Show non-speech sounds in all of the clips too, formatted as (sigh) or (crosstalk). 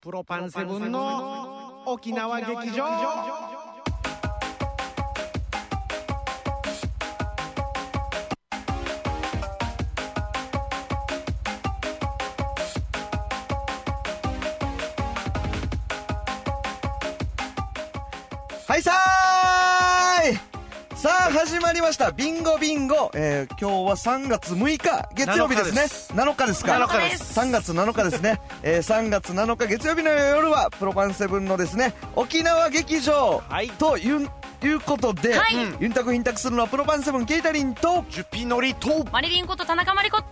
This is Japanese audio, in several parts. プロパンセブンの沖縄劇場はいさーいさあ始まりましたビンゴビンゴ、えー、今日は3月6日月曜日ですね7日ですか7日です3月7日ですね、えー、3月7日月曜日の夜はプロパンセブンのですね沖縄劇場はいといういうことで、はいうんユンタクヒンタクするのはプロパンセブンケイタリンとジュピノリとマリリンこと田中マリコと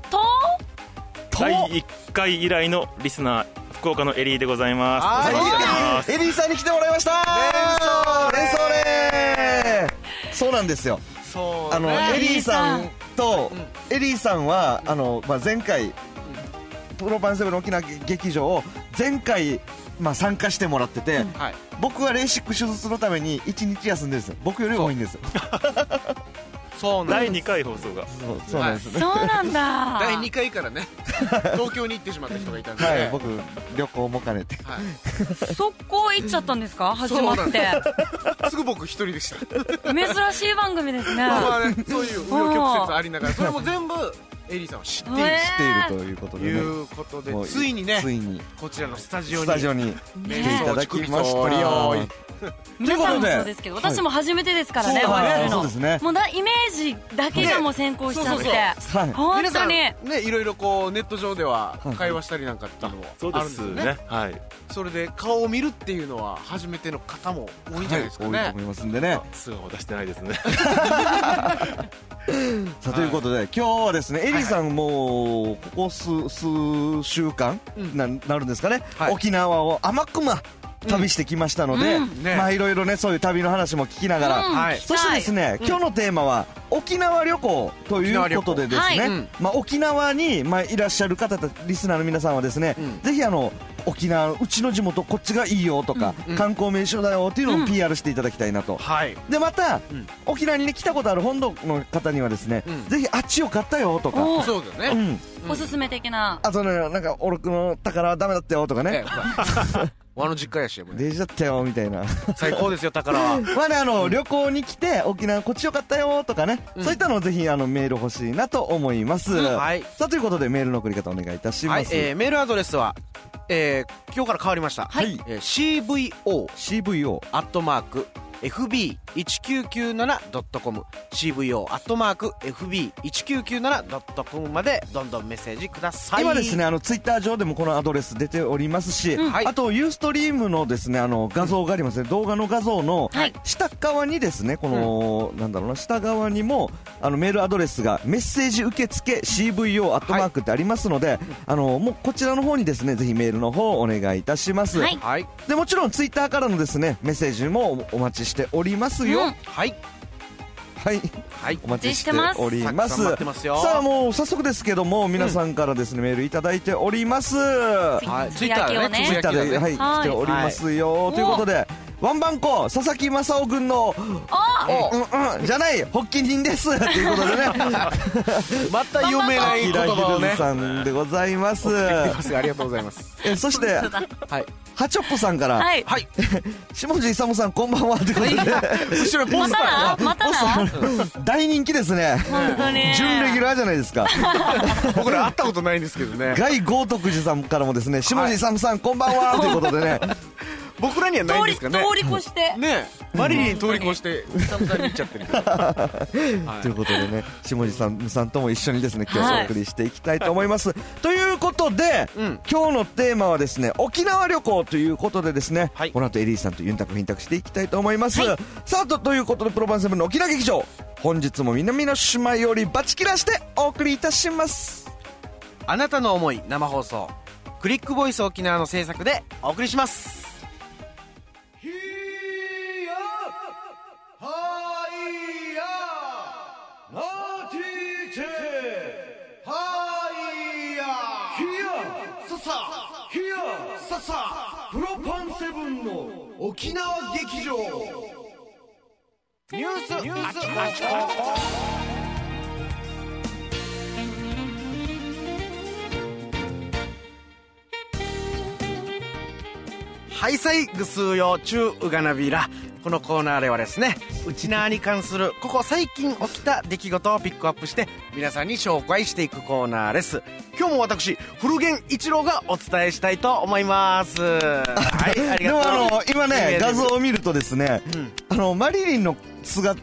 と第1回以来のリスナー福岡のエリーでございまはすおい世話になりますエリーさんに来てもらいました連想連想連そうなんですよそうあのねエリーさんとエリーさんはあの、まあ、前回プロパンセブンの沖縄劇場を前回、まあ、参加してもらってて、はい僕はレーシック手術のために1日休んでるんですよ僕より多いんですよそうなん第です2回放送がそうそうなんですそうなん (laughs) だ第2回からね東京に行ってしまった人がいたんで、はい、僕旅行も兼ねてはいそこ行っちゃったんですか始まってすぐ僕一人でした珍しい番組ですねまあねそういう紆余曲折ありながらそれも全部エリーさんは知っているえ来ているということとでねいうことでもうついにつねいにこちらのスタジオスにタジオに来ていただきましねた、え皆さんもそうですけど私も初めてですからねそうお会だねいするのそうですねもうだイメージだけがもう先行しちゃっねてはい本皆当さんにねいろいろこうネット上では会話したりなんかっていうのもそうあでるんですすよねねはいそれで顔を見るっていうのは初めての方も多いんじゃないですかね、はい多いと思いますんでね素顔出してないです (laughs) ねさあということで、今日はですねエリーさん、もうここ数数週間うんな,、なるんですかね、はい沖縄を甘くま旅してきましたので、うねまあいろいろねそういう旅の話も聞きながら、うんはい聞きそたしてですね、今日のテーマは沖縄旅行ということでですね、沖縄旅行はいうんまあ、沖縄に、まあ、いらっしゃる方たリスナーの皆さんはですね、うんぜひあの沖縄うちの地元こっちがいいよとか、うんうん観光名所だよっていうのうをん PR していただきたいなと、はいでまた、うん沖縄に、ね、来たことある本土の方にはですね、うんぜひあっちを買ったよとか、おそうだうね、ん、うんおすすめ的なあとねなんかオロクの宝はダメだったよとかええね、ほら和の実家やしもうねデジだったよみたいな最高ですよ宝 (laughs) はまあねあの、旅行に来て沖縄こっちよかったよとかね、うんそういったのをぜひあのメール欲しいなと思います、はいさあということでメールの送り方お願いいたしはまい、す、えーメールアドレスは、えー今日から変わりました、はいえー CVO CVO アットマーク FB1997.com CVO アットマーク FB1997.com までどんどんメッセージください今ですねあのツイッター上でもこのアドレス出ておりますし、うんはいあとユーストリームのですねあの画像がありますね、動画の画像のはい下側にですねこの、なんだろうな下側にもあのメールアドレスがメッセージ受付 CVO アットマークってありますので、あのもうこちらの方にですねぜひメールの方お願いいたします、はいはいでもちろんツイッターからのですねメッセージもおお待ちしておりますよ、うんはいはいはいお待ちしておりたくますさん待ってますよさあもう早速ですけども皆さんからですね、メールいただいておりますツはいつぶやきをねツイイッッタターーで、では、はいい来ておりますよ、はいということでワンバンコ佐々木正雄君のあおうんうんじゃない発起人ですということでねまた読めない言平葉を秀ねさんでございます言ってますありがとうございますえそしてそうだはいハチョッポさんから、はい (laughs) はい下地勇さんこんばんはということで後ろにポまスターたなまたな大人気ですね本当に準レギュラーじゃないですか僕ら会ったことないんですけどねガイ豪徳寺さんからもですね下地勇さんこんばんはということでね僕らにはないん通でりすかね通り越してねえマリリン通り越して久々に行っちゃってるはということでね、下地さんさんとも一緒にですね、今日はおい送りしていきたいと思います。ということで、うん今日のテーマはですね、沖縄旅行ということでですね、はいこの後エリーさんとユンタクフィンタクしていきたいと思います。はいさあと、ということで、プロバンセブンの沖縄劇場、本日も南の島よりバチキラしてお送りいたします。 (laughs) あなたの思い生放送クリックボイス沖縄の制作でお送りしますニュースニュースはいさいぐすうよちゅううがなびらこのコーナーではですねうちなーに関するここ最近起きた出来事をピックアップして皆さんに紹介していくコーナーです今日も私古源一郎がお伝えしたいと思いますはいありでがとうも (laughs) あの今ね画像うを見るとですね、んあのマリリンの素が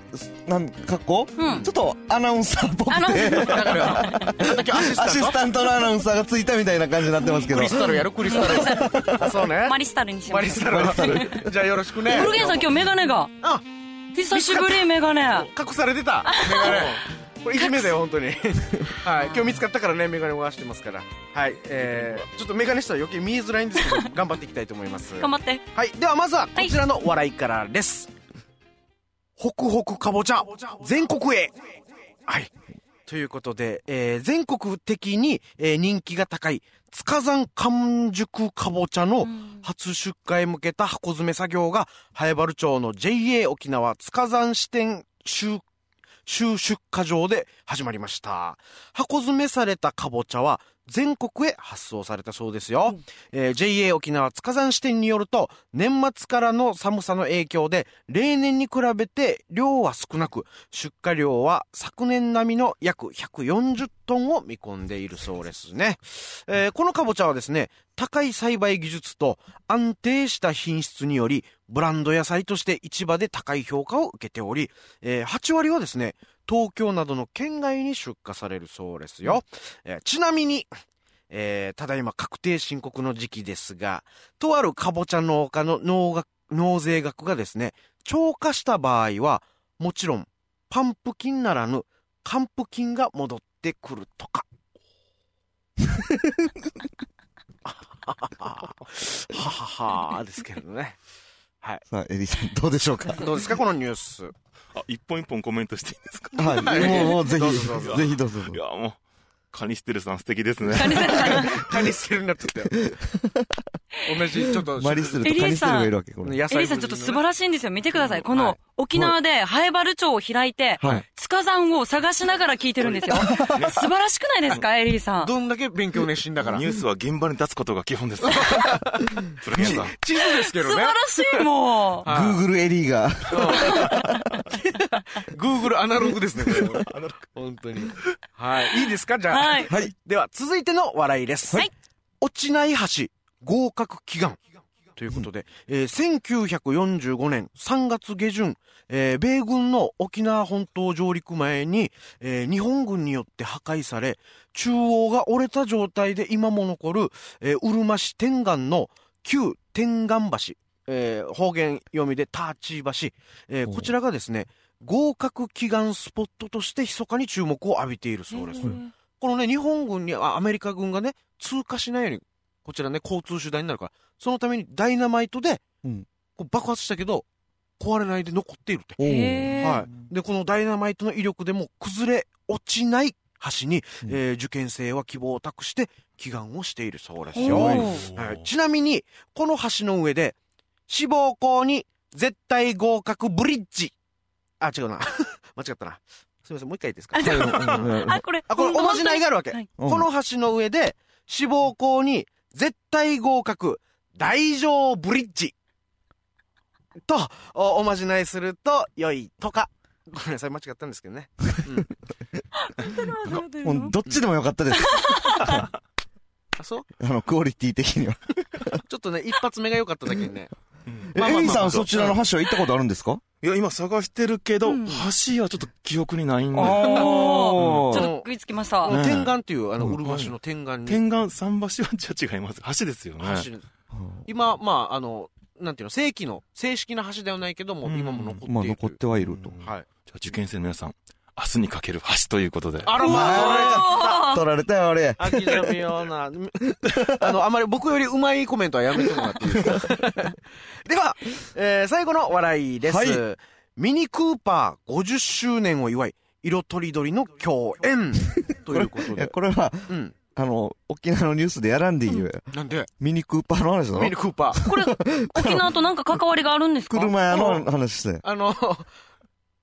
なん格好、うんちょっとアナウンサーっぽあのくてだからあの時アシスタンアトシスタントのアナウンサーがついたみたいな感じになってますけどクリスタルやるクリスタルあ (laughs) そうねマリスタルにしマまリすスタルじゃあよろしくねブルゲンさん今日メガネがあ久しぶりメガネ隠されてたメガネこれいじめだよ本当にはい今日見つかったからねメガネを回してますからはいえー、ちょっとメガネしたら余計見えづらいんですけど頑張っていきたいと思います頑 (laughs) 張ってはいではまずはこちらの笑いからです、ホクホクかぼちゃ全国へはいということで、えー全国的に、えー人気が高い塚山完熟かぼちゃの初出荷へ向けた箱詰め作業が、早原町の JA 沖縄塚山支店集収出荷場で始まりました。箱詰めされたかぼちゃは全国へ発送されたそうですよ。えー JA 沖縄塚山支店によると、年末からの寒さの影響で、例年に比べて量は少なく、出荷量は昨年並みの約140トンを見込んでいるそうですね。えーこのかぼちゃはですね、高い栽培技術と安定した品質により、ブランド野菜として市場で高い評価を受けており、えー8割はですね、東京などの県外に出荷されるそうですよ。えーちなみに、えーただいま確定申告の時期ですが、とあるかぼちゃ農家の農学納税額がですね、超過した場合は、もちろん、パンプキンならぬ、カンプキンが戻ってくるとか。はははですけれどね。さあエリさんどうでしょうかどうですか、このニュース。あ一本一本コメントしていいですかはいもうもうぜどうひぞどうぞぜひどうぞいやもうカニステルさん素敵ですねカニステルさんカニステルになってたよ。同じ、ちょっと。マリステルエとカリニステルさんがいるわけこれ野エ菜リさんちょっと素晴ららしいんですよ見てくださいこはいの沖縄でハエバル町を開いてはい塚山を探しながら聞いてるん (laughs) ですよ素晴らしくないですかエリーさんどんだけ勉強熱心だから。ニュースは現場に立つことが基本です古源さん地図ですけ素ど晴ねら。しいもうグーグルエリーが Google アナログですね、これ。本当に。はい。いいですかじゃあ。はいはいでは、続いての笑いです。はい。落ちない橋、合格祈願。ということで、えー1945年3月下旬、えー米軍の沖縄本島上陸前に、えー日本軍によって破壊され、中央が折れた状態で今も残る、えーうるま市天眼の旧天眼橋、えー方言読みでターチー橋、えーこちらがですね、合格祈願スポットとして密かに注目を浴びているそうです。このね、日本軍に、あアメリカ軍がね、通過しないように、こちらね、交通手段になるから、そのためにダイナマイトで、うんこう爆発したけど、壊れないで残っているって。おーへーはい。で、このダイナマイトの威力でも崩れ落ちない橋に、うんえー受験生は希望を託して祈願をしているそうですおよ。ーはい、ちなみに、この橋の上で、志望校に絶対合格ブリッジ。あ、違うな。 (laughs) 間違ったな。すみません、もう一回いいですかあじ (laughs) ゃあうんうんうんあこれあ、これおまじないがあるわけ。はいうんこの橋の上で、志望校に絶対合格、大乗ブリッジ。と、おおまじないすると良いとか。ごめんなさい、間違ったんですけどね。もうどっちでもよかったですあ、そうあのクオリティ的にはちょっとね、一発目が良かっただけにね。うんえまあまあまあエリさんはそちらの橋は行ったことあるんですかいや今探してるけどうん橋はちょっと記憶にないんでおおーちょっーと食いつきましたこのね天眼っていう、あの、うんうるま市の天眼に。天眼桟橋はじゃあ違います橋ですよね橋今、まあ、あの、なんていうの、正規の、正式な橋ではないけども、うん今も残っている。まあ残ってはいるとはい。じゃあ受験生の皆さん明日にかける橋ということであらまあ、取られたよあれ秋じゃみような。 (laughs) あの、あまり僕よりうまいコメントはやめてもらっていいですか (laughs) では、えー最後の笑いです。はいミニクーパー50周年を祝い、色とりどりの共演ということいや (laughs) で。これはうん。あの沖縄のニュースでやらんでいいよなんでミニクーパーの話だミろニクーパー。これ沖縄となんか関わりがあるんですか車屋の話してあの、 (laughs)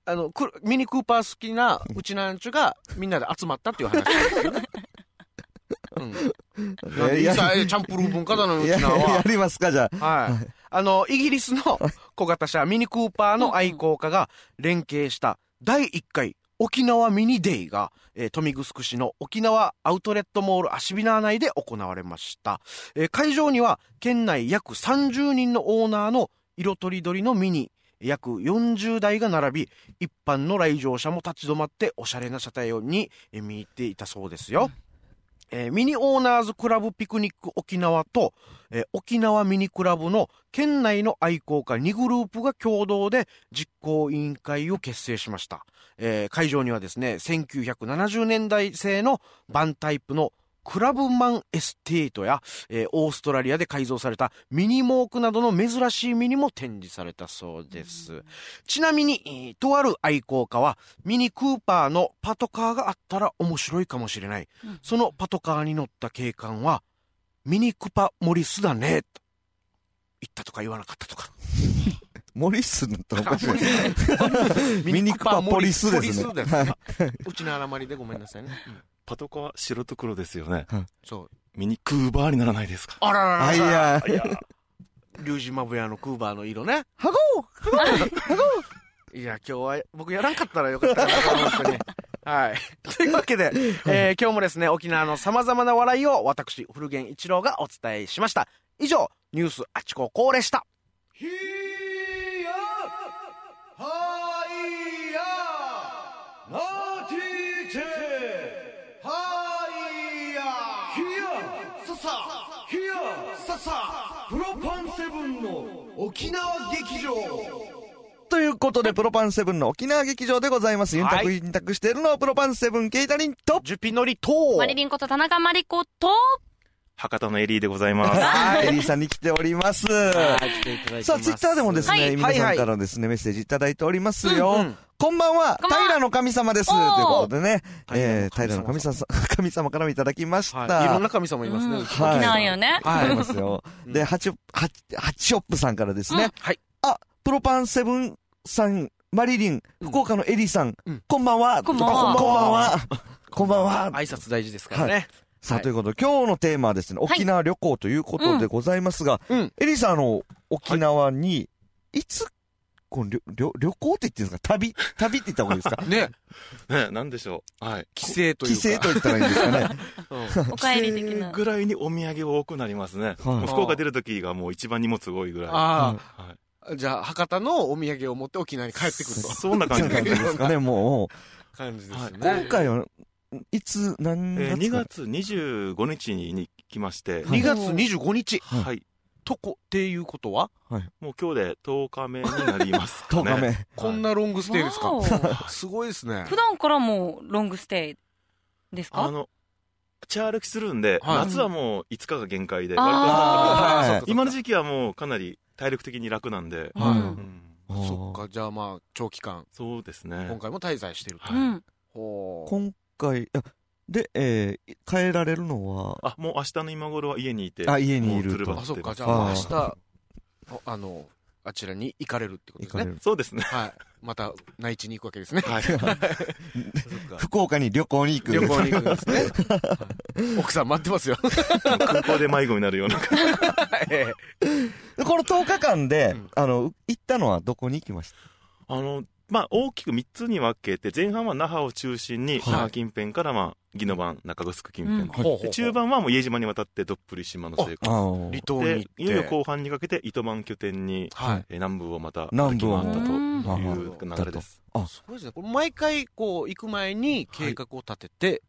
あの、くミニクーパー好きなうちなんちゅがみんなで集まったっていう話ですよね。うん。なんでいいさ、チャンプルー文化だの、ういちやなんやは。りますかじゃあはい。あの、イギリスの小型車、ミニクーパーの愛好家が連携した第1回沖縄ミニデイが、えー、富城市の沖縄アウトレットモールアシビナー内で行われました。えー会場には県内約30人のオーナーの色とりどりのミニ、約40台が並び、一般の来場者も立ち止まっておしゃれな車体にえー見入っていたそうですよ。えーミニオーナーズクラブピクニック沖縄と、えー沖縄ミニクラブの県内の愛好家2グループが共同で実行委員会を結成しました。えー会場にはですね、1970年代製のバンタイプのクラブマンエステートや、えーオーストラリアで改造されたミニモークなどの珍しいミニも展示されたそうです。ちなみに、えーとある愛好家は、ミニクーパーのパトカーがあったら面白いかもしれない。そのパトカーに乗った警官は、ミニクパモリスだね、と言ったとか言わなかったとか。モリスだったらおかしい。 (laughs) ミミニニククパパモポリリススでですすねね。うちの誤りでごめんなさいね。うんパトカー白と黒ですよね。そう。ミニクーバーにならないですか。あらららら。あいやあいや、リュウジマブヤのクーバーの色ね。はごうはごういや、今日は僕やらんかったらよかったかな、本当に。はい。 (laughs) というわけで、えー今日もですね、沖縄の様々な笑いを私、古源一郎がお伝えしました。以上、ニュースあちここうでした。ということで、プロパンセブンの沖縄劇場でございます。ユンタク、ユンタクしているのはプロパンセブンケイタリンと、ジュピノリと、マリリンこと田中マリコと、博多のエリーでございます。はい、エリーさんに来ております。はい来ていただいてますさあ、ツイッターでもですはね、い皆さんからですね、メッセージいただいておりますよ。うんうんこんばんはこ、んばんは平の神様です。おというーことでね、えー、平平のの神神様、神様からもいただきました。はい。いろんな神様いますね。うんうち沖縄よね。はい、ありますよ。で、ハチョ、ハチ、ハチョップさんからですね。うんはい。あ、プロパンセブンさん、マリリン、福岡のエリーさん、うんこんばんは。こんばんはこんばんは。こんばんは。挨拶大事ですからね。さはあ、いということで、今日のテーマはですね、沖縄旅行ということでございますが、うんエリーさん、あの、沖縄に、いつ、この旅、旅、旅行って言ってるんですか旅、旅って言った方がいいですかね、ね、なんでしょう。はい。帰省 (laughs) というか。帰省と言ったらいいんですかね。うんお帰り的な帰省。ぐらいにお土産多くなりますね。いもう福岡出るときがもう一番荷物多いぐらい。あはいあ、じゃあ、博多のお土産を持って沖縄に帰ってくると。そんなそ感うじなんで。です (laughs) すかね、もう。感じですね。今回は、いつ、何えー月2か月25日にに来まして、 2月25日、はいはい。とこっていうことは、もう今日で10日目になります (laughs) かね。 10日目。こんなロングステイですかわお (laughs) すごいですね。普段からもうロングステイですあかの、チャー歩きするんで、はい夏はもう5日が限界で、あー割とあーそっかそっかそっか今の時期はもうかなり体力的に楽なんで、うはいううんんそっか、じゃあまあ、長期間、そうです今ね。回も滞在してると。うん。ほう今回、あで、えー帰られるのは、あ、もう明日の今頃は家にいて、あ家にいるともうつるあ、ばってそっか、ますじゃああ明日、ーああの、あちらに行かれるってこと行ですかれね。る。そうですね。はい。また、内地に行くわけですね。はい。そっか福岡に旅行に行く。旅行に行くんですね。はい奥さん待ってますよ。空港で迷子になるような。えで (laughs) この10日間で、うんあの、行ったのはどこに行きましたあの、まあ、大きく3つに分けて、前半は那覇を中心に、はい那覇近辺から、まあ、宜野湾、中城近辺うんでえほうほうほうで中盤はもう家島に渡ってどっぷり島の生活。の離島でに、いよ行っいよて。後半にかけて糸満拠点に、はい。えー南部をまた歩南き部を回ったとうんいう流れです。すごいですね。これ毎回、こう、行く前に計画を立てて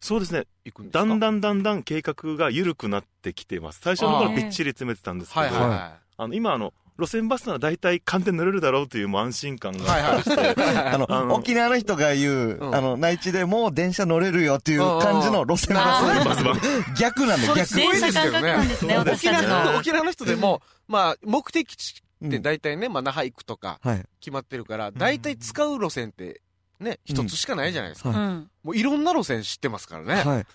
そうですね。行くんですかだんだんだんだん計画が緩くなってきてます。最初のあ頃ーびっちり詰めてたんですけはいど、はいははあの今あの、路線バスなら大体完全に乗れるだろうというもう安心感い。がはいはい。あの、あの沖縄の人が言う、うんあの、内地でもう電車乗れるよっていう感じの路線うバんバス版。ス。逆なんだ、それ逆。すごい電ですよね車感覚なんですね、そう私で沖すたち縄のの。沖縄の人でも、まあ、目的地うっんて大体ね、まあ、那覇行くとかはい。決まってるから、大体使う路線って、ね、一つしかないじゃないですか。うはん。もういろんな路線知ってますからい。ね。はい。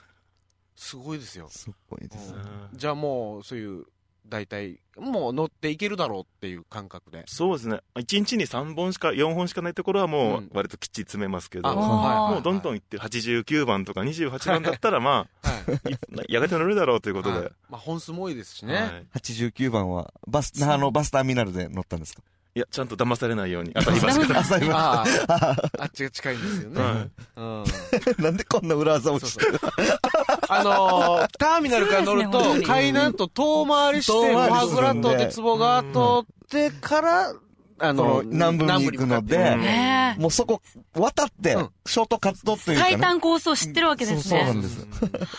すごいですよ。 (laughs) すごいですじゃあもう、そういう、大体、もう乗っていけるだろうっていう感覚で。そうですね。1日に3本しか、4本しかないところはう、もうん割ときっちり詰めますけあど、もはいうんどんどん行って、89番とか28番だった (laughs) ら、まはいあ、いやがて乗れるだろうということはでい。まあ本数も多いですしね。はい89番は、バス、那覇のバスターミナルで乗ったんですかいや、ちゃんと騙されないように、朝日バスから。朝今、ああ、あっちが近いんですよね。はいうん。なんでこんな裏技をそうしそてう。あのー、ターミナルから乗るそうですね本と、当に海南と遠回りして、遠フ回ァりすグるラんでと鉄棒が通ってから、あのこの、南部に行くの南で部に向かってねえもうそこ、渡ってうん、ショート活動というか最ね、短コースを知ってるわけですね。そうなんです。は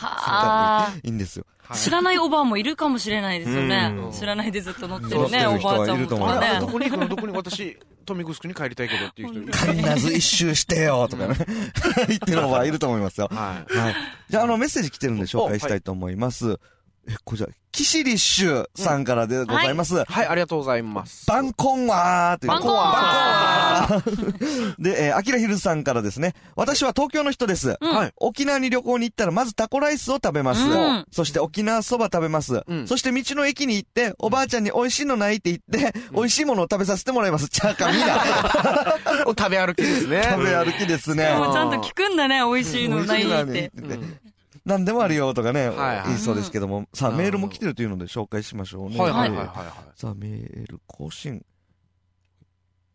あ。いいんですよ。はい知らないおばあもいるかもしれないですよねうん。知らないでずっと乗って乗るってるね、人おばあちゃんいるともと思うかあれねど。こに行くのどこに私、豊見城に帰りたいけどっていう人いる。必ず一周してよとかね、 (laughs) 言ってる方はいると思いますよ。はい。はい。じゃあ、あの、メッセージ来てるんで紹介したいと思います。え、こちら、キシリッシュさんからでございます。はい、ありがとうございます。 (laughs) バンコンワーという。バンコンワバンコンワーで、えー、アキラヒルズさんからですね、私は東京の人です。うんはい。沖縄に旅行に行ったらまずタコライスを食べます。うんそして沖縄そば食べます、うんそして道の駅に行って、おばあちゃんに美味しいのないって言って、美味しいものを食べさせてもらいます。チャーカミラ。お食べ歩きですね。食べ歩きですね。でもちゃんと聞くんだね、美味しいのないって。美味しいのうないってん何でもあるよとかね、はいはい言いそうですけども。さあ、うんメールも来てるというので紹介しましょうね。はいはいはいはいはい。さあ、メール更新。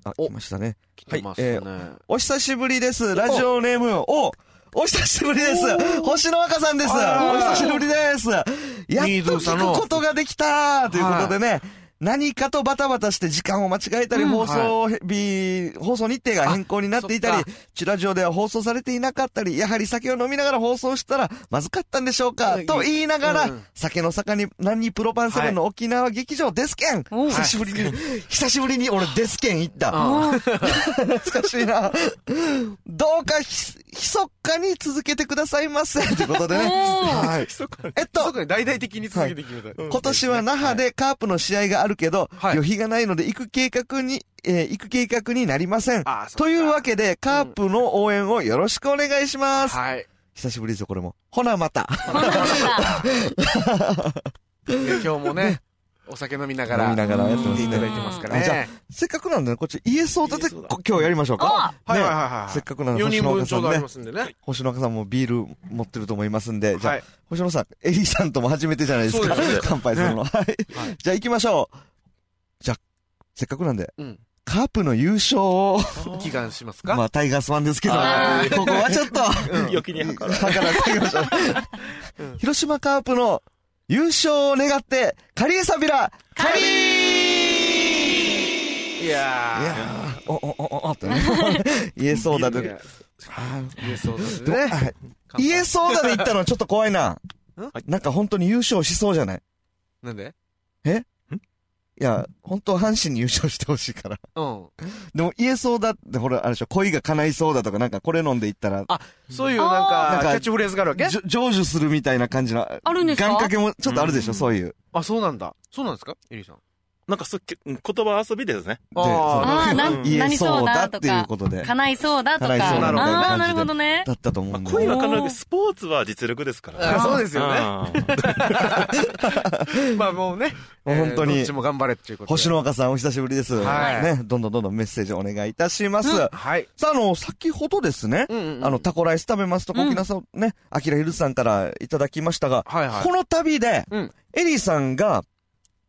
あ、お来ましたね。来てますはいえね。お久しぶりです。ラジオネームを、お久しぶりです。星野若さんです。おあら久しぶりです。やっと聞くことができたということでね。何かとバタバタして時間を間違えたり、うん放送日、放送日程が変更になっていたあそりっか、チラジオでは放送されていなかったり、やはり酒を飲みながら放送したらまずかったんでしょうかうん、と言いながらうん、酒の坂に何にプロパンセブンの沖縄劇場ですけんおう久しぶりに、久しぶりに俺ですけん行った。あ懐かしいな。どうかひ、ひそかに続けてくださいませ。ということでね。おーはい。密かにえっあ。そと、こに大々的に続けて決めたい。今年は那覇でカープの試合があるけど、はい旅費がないので行く計画に、えー行く計画になりません。ああ、そっかというわけで、カープの応援をよろしくお願いします。はい。久しぶりですよ、これも。ほな、また。 (laughs) こんなもんだで今日もね、お酒飲みながら、飲みながらやってますねいただいてますからあじゃね。せっかくなんでね、こっち、イエスを立て、こ今日やりましょうか。はいねはいはいはい。せっかくなんで、 4星人野分若ちさょうんどありねま。すんでね。星野若さんもビール持ってると思いますんで、じゃあはい。星野さん、エリーさんとも初めてじゃないですそか。うですね乾杯するの。はい。じゃあ行きましょう。じゃあ、せっかくなんで、うんカープの優勝を、祈願しますかまあタイガースファンですけど、こあこはちょっと、余計に測らだから行きましょううん (laughs) 広島カープの優勝を願って、カリエサビラ、カリいいややー、お、お、お、お、お (laughs) ってね。言えそうだー。いで。やあー言えそうですでもね。はい言えそうだで言ったのはちょっと怖いな。なんか本当に優勝しそうじゃないなんでいや、本当は阪神に優勝してほしいから。うん。でも言えそうだって、ほら、あれでしょ、恋が叶いそうだとか、なんかこれ飲んでいったら、そういうなんあかー、キャッチフレーズがあるわけじょ成就するみたいな感じの、願あるんですか掛けもちょっとあるでしうょ、んそういう。あ、そうなんだ。そうなんですかエリーさん。なんかそけ言葉遊びですね。あであ (laughs) そのーなん言えそうだなりそうだってとかいうことで、だ叶いそうだとか。叶いそうだみたいな感じでああ、なるほどね。ったと思まうあ、んで。恋はがかなスポーツは実力ですからね。あ (laughs) そうですよねね。まあもうね。もう本当にえーどっちも頑張れっていうことで。星野若さんお久しぶりです。はいね、どんどんどんどんメッセージお願いいたします。さはい。あ、あの、先ほどですね、うんうんうんあの、、タコライス食べますと、うん沖縄さんね、アキラヒルズさんからいただきましたが、はいはいこの旅で、うんエリーさんが、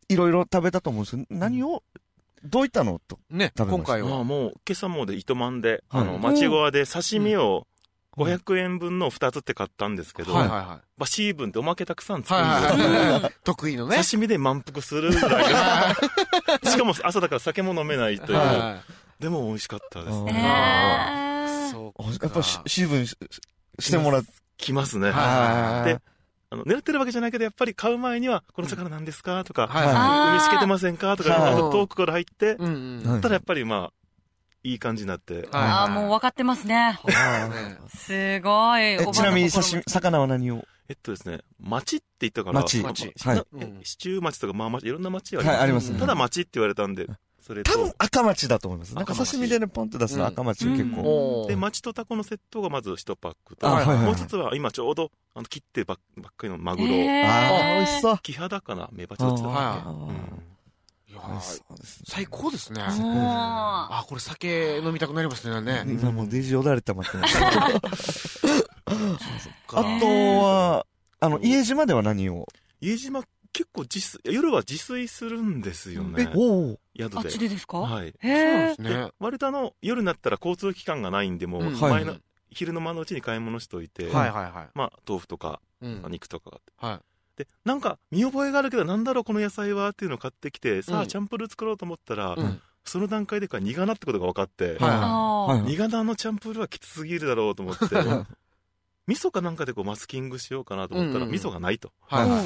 いろいろ食べたと思うんですけど、何を、どういったのと。ね、食べました今回 (laughs) まあは。もう、今朝もで糸満で、はいあの、町側で刺身を500円分の2つって買ったんですけど、はいはいはまあ C 分っておまけたくさんい。作はるいんですよはいはい。得意のね。刺身で満腹するぐらい (laughs) のしかも朝だから酒も飲めないという、はでも美味しかったでうすえんね。い。ー。そうあか。やっぱし、シーブンししてもらって。来ますね。はいであの狙ってるわけじゃないけど、やっぱり買う前には、この魚なんですかとか、はいはあー海しけてませんかとか、はいあのトークから入ってい。、うんうん。ははいただやっぱりまあ、いい感じになって、いああ、もう分かってますね。ねすごい。えおばあの心もちなみに刺身、魚は何をえっとですね、町って言ったから、町ま町あはいなえ市中町とか、まあ、町いろんな町ありはい、ありま。ますすうんね。ただ町って言われたんで、それ多と分、赤町だと思います。なんか赤町刺身でね、ポンって出すの赤町結うん構。おーで、町とタコのセットがまず1パックと、あはいはいはいもう一つは今ちょうど、あの、切ってばっばっかりのマあグロ、あ、美味しう。そう。キハダかなメバチあどっちだっはけ、ーうんいや美味しーそうですね。最高ですね。もあ、これ酒飲みたくなりますね。ね今もうデジよだれてますね。あとは、あの、家島では何を家島結構自炊、夜は自炊するんですよね。おお。う、あ宿っでち。でですかはい。へえ。ね。割とあの、夜になったら交通機関がないんで、もううん前の、はい昼の間のうちに買い物しといて、はいはいはまあ、豆腐とか、い。うん。肉とかがあってはで、なんか、見覚えがあるけど、なんだろう、この野菜はっていうのを買ってきて、さうあ、んチャンプルー作ろうと思ったら、い。うん。その段階でか、苦菜ってことが分かって、はいあはいーはい苦菜のチャンプルーはきつすぎるだろうと (laughs) 思って、味噌かなんかでこうマスキングしようかなと思っうたんら、うんうん味噌がないと。はいはい。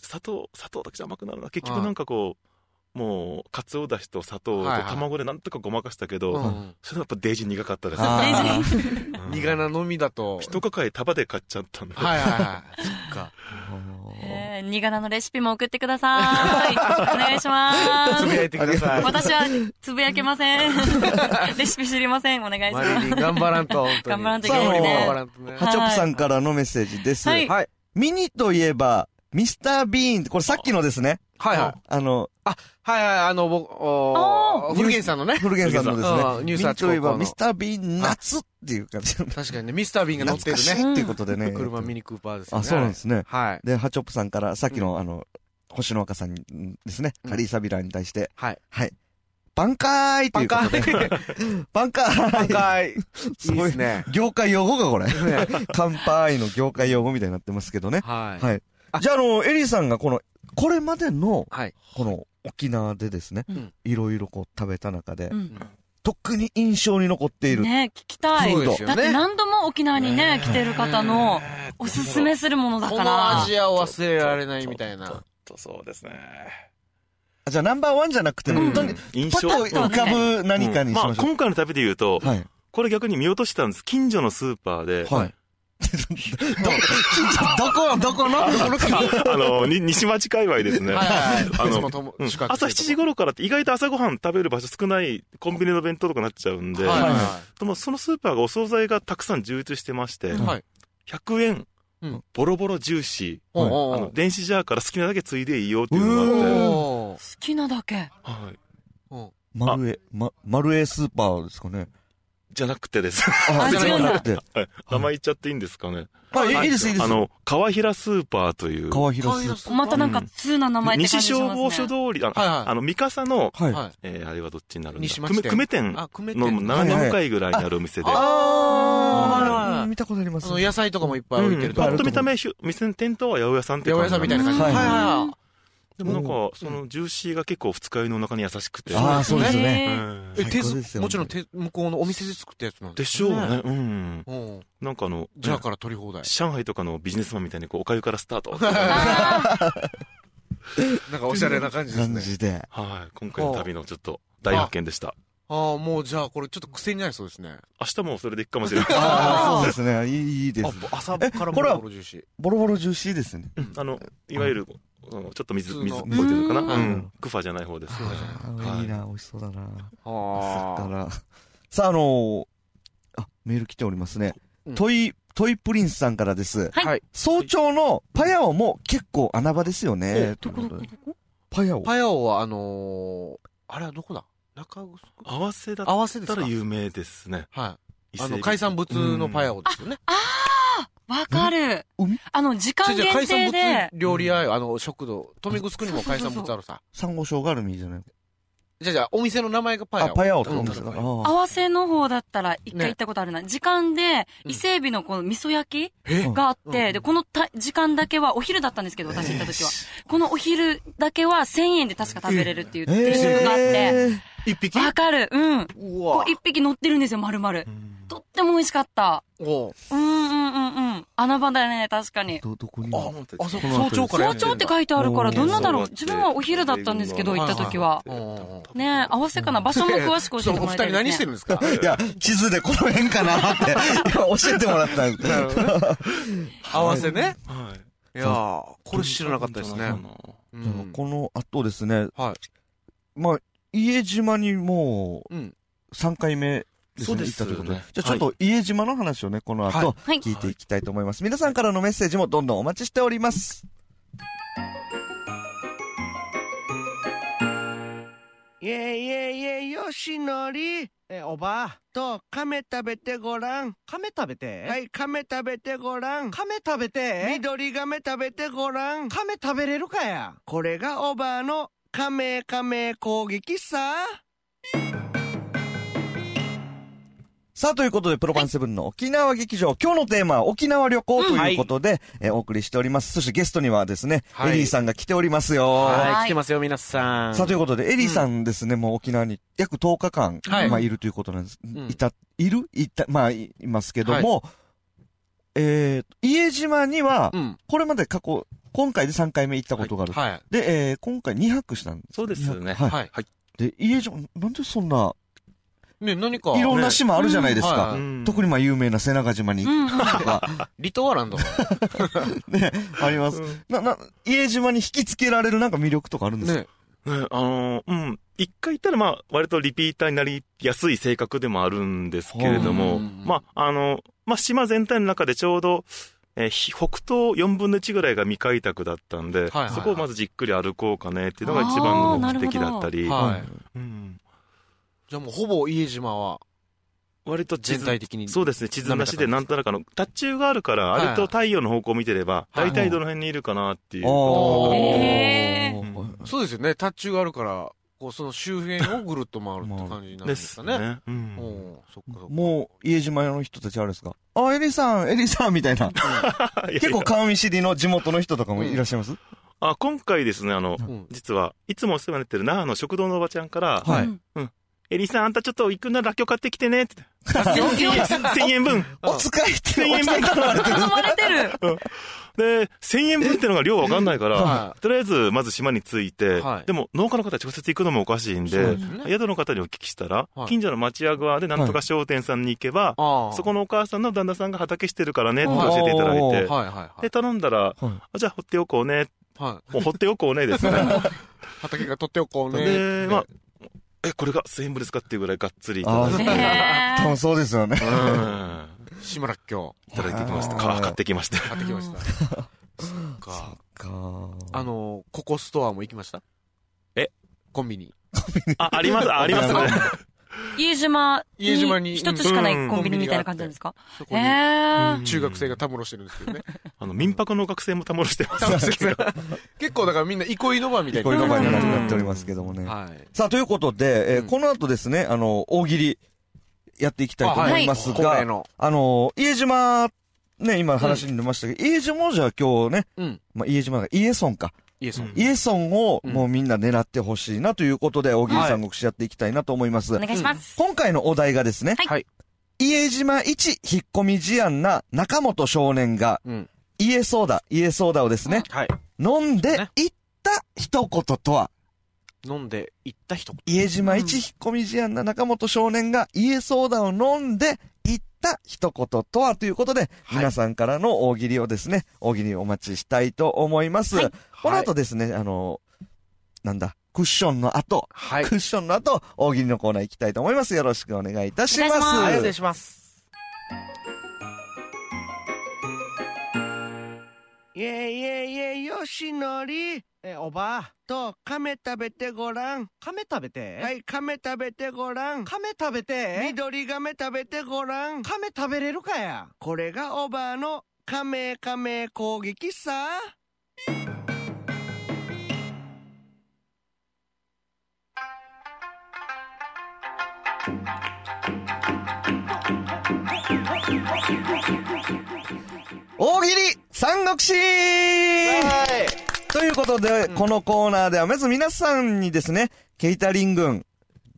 砂糖、砂糖だけじゃ甘くなるな。結局なんかこう、もう、かつおだしと砂糖とはいはい卵でなんとかごまかしたけど、うんそれはやっぱデージ苦かったですね。あー (laughs) うん苦菜のみだと。一抱え束で買っちゃったんで。はいはいはい。そっか。へえ苦菜のレシピも送ってください。お願いしますつ。ぶやいてください。私はつぶやけません。 (laughs) レシピ知りません。お願いしまマリリす。ン頑張らんと、本当に。頑張らんといけないねそう頑張らんとね。ハチョプさんからのメッセージです。はいはい。ミニといえば、ミスター・ビーン、これさっきのですね。はいはい。あの、はいはい、あの、僕、あおー古源さんのね。古源さんのですね。うんミニュースニアーチといえ高ば、校ミのス。ター・ビーン、夏っていう感じ。確かにね、ミスター・ビーンが乗って懐るかしね。いっていうことでね。車ミニクーパーですよね。あ、そうなんですね。はい。で、ハチョップさんから、さっきの、あの、星の若さんにんですね、うんカリーサビラーに対して、はい。はい。バンカーイパといンうこカとで。イ。バンカーパインカイ。 (laughs) すいいごでいす。ね。業界用語か、これ。乾杯の業界用語みたいになってますけどね。はい。はい。じゃあ、あの、エリーさんがこの、これまでの、はい。この、沖縄でですねうん、いろいろこう食べた中でう、ん特に印象に残っている。ね聞きたい。そうですよだねって何度も沖縄にね、来てる方のえーおすすめするものだこかのらア。ジアを忘れられないみたいちょっな。とそうですね。あじゃあ、ナンバーワンじゃなくて、うん本当に、印パッと象浮かぶ何かにしうまんしまあ、ょ今回の旅で言うとう。、はい。これ逆に見落としたんです。近所のスーパーで、 (laughs) はい。ど、どこ、どこのあの、に西町界隈ですね。はいはいはい。あのいつもともうん近く朝7時頃からって意外と朝ごはん食べる場所少ないコンビニの弁当とかなっちゃうんで、はいでもそのスーパーがお惣菜がたくさん充実してまして、はい。はい。 100円、うんボロボロジューシおはいー、あーのおー電子ジャーから好きなだけついでいいよっていうのがあって、おー好きなだけ。はい、おマルエ、ま、マルエスーパーですかね。じゃなくてです。ああじゃなくて。はい名前言っちゃっていいんですかね。あ、いいいです、いいです。あ、の、川平スーパーという、川平ースーまたなんか通な名前って感西じしますね。消防署通り、あの、はいはいあの三笠の、パー。はい。はい。えーあれはどっちになるんだ西久町米店久米店あ、組めてのる。斜め向かいぐらいにあるお店で、あーうん見たことありまあす。の、野菜とかもいっぱい置いてうるんとパこッと見た目、ひゅ店の店頭は八百屋さんって八百感屋じさなみんんでたいな感すじ。ははいいははいいはいはでもなんか、そのジューシーが結構二日酔いの中に優しくて。ああ、そうですようね。い。んえ、最手高ですずよもちろん手、向こうのお店で作ったやつなんでしょうね。うん。うん。なんかあの、じゃあから取り放題。上海とかのビジネスマンみたいにこう、おかゆからスタ (laughs) ート。あなんかおしゃれな感じです感ね。じで。はい。今回の旅のちょっと大発見でした。ああ、もうじゃあこれちょっと癖になりそうですね。明日もそれで行くかもしれない。ああ、そうですね。いいいいです。あ朝からこれはボロボロジューシーボロボロジューシーですね。 (laughs) あの、いわゆる、あのちょっと水、普通水のっぽいというのかな。ううんん。クファじゃない方です。あはーいいいな、美味しそうだな。あ朝ーから。さあ、あのー、あ、メール来ておりますねうん。トイ、トイプリンスさんからです。はいはい早朝のパヤオも結構穴場ですよね。どこどこどこパヤオパヤオはあのー、あれはどこだ中臼合わせだっ合わせですたからはい。有名ですね。あ伊勢の、海海産物のパヤオ。オですよね。わかるうん。あの、時間違う違う限海産定で物、料理屋よ。あの、食堂。富城区にも海産物あるさ。サンゴ礁があるみじゃないじゃあじゃあお店の名前がパヤあ、オ。パヤオってうこんとですか。あへー合わせの方だったら一ね回行ったことあるな。時間で、うん伊勢海老のこの味噌焼きえうんがあっうて、んで、このた時間だけは、お昼だったんですけど、私行った時は。このお昼だけは1000円で確か食べれるっていう定食があって。えー一匹わかるうん。うこわう一匹乗ってるんですよ、丸々う。んとっても美味しかった。おううんうんうんうん。穴場だね、確かに。ど、どこにああ、そう早朝かこの後らや早ってんだ朝って書いてあるから、うんどんなだろう自分はお昼だったんですけど、行った時は。はいはいはいねえ、合わせかな場所も詳しく教えてもらいたお二人い何しですてね。るんですかいや、地図でこの辺かなって、 (laughs) 今教えてもらったんです。合わせね。はい。いやーこれ知らなかったですね。ね。うじゃあんこの後ですね、はい。まあ、家島にもううん3回目ですそうね、で行っすたよというねことで。じゃあちょっと家島の話をね、この後、はい聞いていきたいと思います。皆さんからのメッセージもどんどんお待ちしております。いえいえいえ、よしのりえ、おばあ、と、亀食べてごらん。亀食べて。はい、亀食べてごらん。亀食べて。緑亀食べてごらん。亀食べれるかや。これがおばあの亀亀攻撃さ。さあ、ということで、プロパンセブンの沖縄劇場、今日のテーマは沖縄旅行ということで、えーお送りしております。そしてゲストにはですね、はいエリーさんが来ておりますよ。は、はいい来てますよ、皆さん。さあ、ということで、エリーさんですね、もう沖縄に約10日間、はいまあ、いるということなんです。んいた、いるいた、まあ、いいますけども、えー、家島にはう、ん。これまで過去、今回で3回目行ったことがある。はい。で、えー、今回2泊したんでそうですよね。はいはい。す。で、家島、なんでそんな、ね、何か。いろんなね島あるじゃないでうすんか。はうん特にまあ、有名な瀬長島にうんうん。とか、リトアランド。ね、あります。うんな、な、家島に引き付けられるなんか魅力とかあるんですかね。ね、あのーうん。一回行ったら、まあ、割とリピーターになりやすい性格でもあるんですけれども、うんまあ、あの、まあ、島全体の中でちょうど、えーひ北東4分の1ぐらいが未開拓だったんで、はいはいそこをまずじっくり歩こうかねっていうのが一番の目的だったり、はい。うんじゃあもうほぼ家島は割と地全図体的に。そうですね、地図なしでなんとなくあの、タッチューがあるから、はいあれと太陽の方向を見てれば、はい大体どの辺にいるかなっていう。おーへそうですよね。タッチューがあるから、こう、その周辺をぐるっと回るって感じになるんでですすかね。ね。うん (laughs) おおそっかそっか。 (laughs) もう、家島の人たちあれですかあ、エリーさん、エリーさんみたいな。いやいや結構顔見知りの地元の人とかもいらっしゃいますあ今回ですね、あの、うん実はいつもお世話になってる奈良の食堂のおばちゃんから、はいうんエリさん、あんたちょっと行くなら、らっきょう買ってきてねっ (laughs) て。よ1000 (laughs) 円分。お使いって、うんお使い頼まれてる頼。まれてる。で、1000円分ってのが量わかんないから、はとりあえず、まず島に着いて、はいでも農家の方は直接行くのもおかしいんそうでで、すね。宿の方にお聞きしたら、はい近所の町屋側でなんとか商店さんに行けば、ああ。そこの、のお母さんの旦那さんが畑してるからねってうん教えていただいおて、ーはいはいはで、い。頼んだら、はあじゃあ、ほっておこうね。はもうほっておこうねですね。い。畑が取っておこうね。で、まあ、え、これが1000円分ですかっていうぐらいがっつりいただいて。へ多分そうですよね。うん島らっきょいただいてきました。あーか買ってき (laughs) ました。う。買ってきま (laughs) した。そっそかっ。か。あの、ココストアも行きましたえコンビニ。あ、あります、ありますね。え。家島家島にに一つしかないコンビニみたいな感じなんですかそこへに、え。中学生がたむろしてるんですけ (laughs) どね。あの、民泊の学生もたもろしてます。結構だからみんな憩いの場みたいな。こういうの場に憩いのなっておりますけどもね。はい。さあ、ということで、えーうんこの後ですね、あの、大喜利、やっていきたいと思います恒が、例の。あの、家島、ね、今話に出ましたけど、家島をじゃあ今日ね、うんまあ、家島が、家村か。イエスうん家村をもうみんな狙ってほしいなということで、大喜利三国志やっていきたいなと思います。お願いします。今回のお題がですね、はいはい家島一引っ込み思案な中本少年が、うん家ソーダ、家ソーダをですね、はい。飲んでいった一言とは、飲んで行った人。家島一引っ込み思案な中本少年が家ソーダを飲んでいった一言とはということで、はい皆さんからの大喜利をですね、大喜利お待ちしたいと思います。はいこの後ですね、あの、なんだ、クッションの後、はい。クッションの後、大喜利のコーナー行きたいと思います。よろしくお願いいたします。お願いしますはい、失礼します。いえいえいえ、よしのりえ、おばあ、と、亀食べてごらん。亀食べて。はい、亀食べてごらん。亀食べて。緑亀食べてごらん。亀食べれるかや。これがおばあの亀亀攻撃さ。大喜利三国志ということで、このコーナーでは、まず皆さんにですね、ケイタリン軍、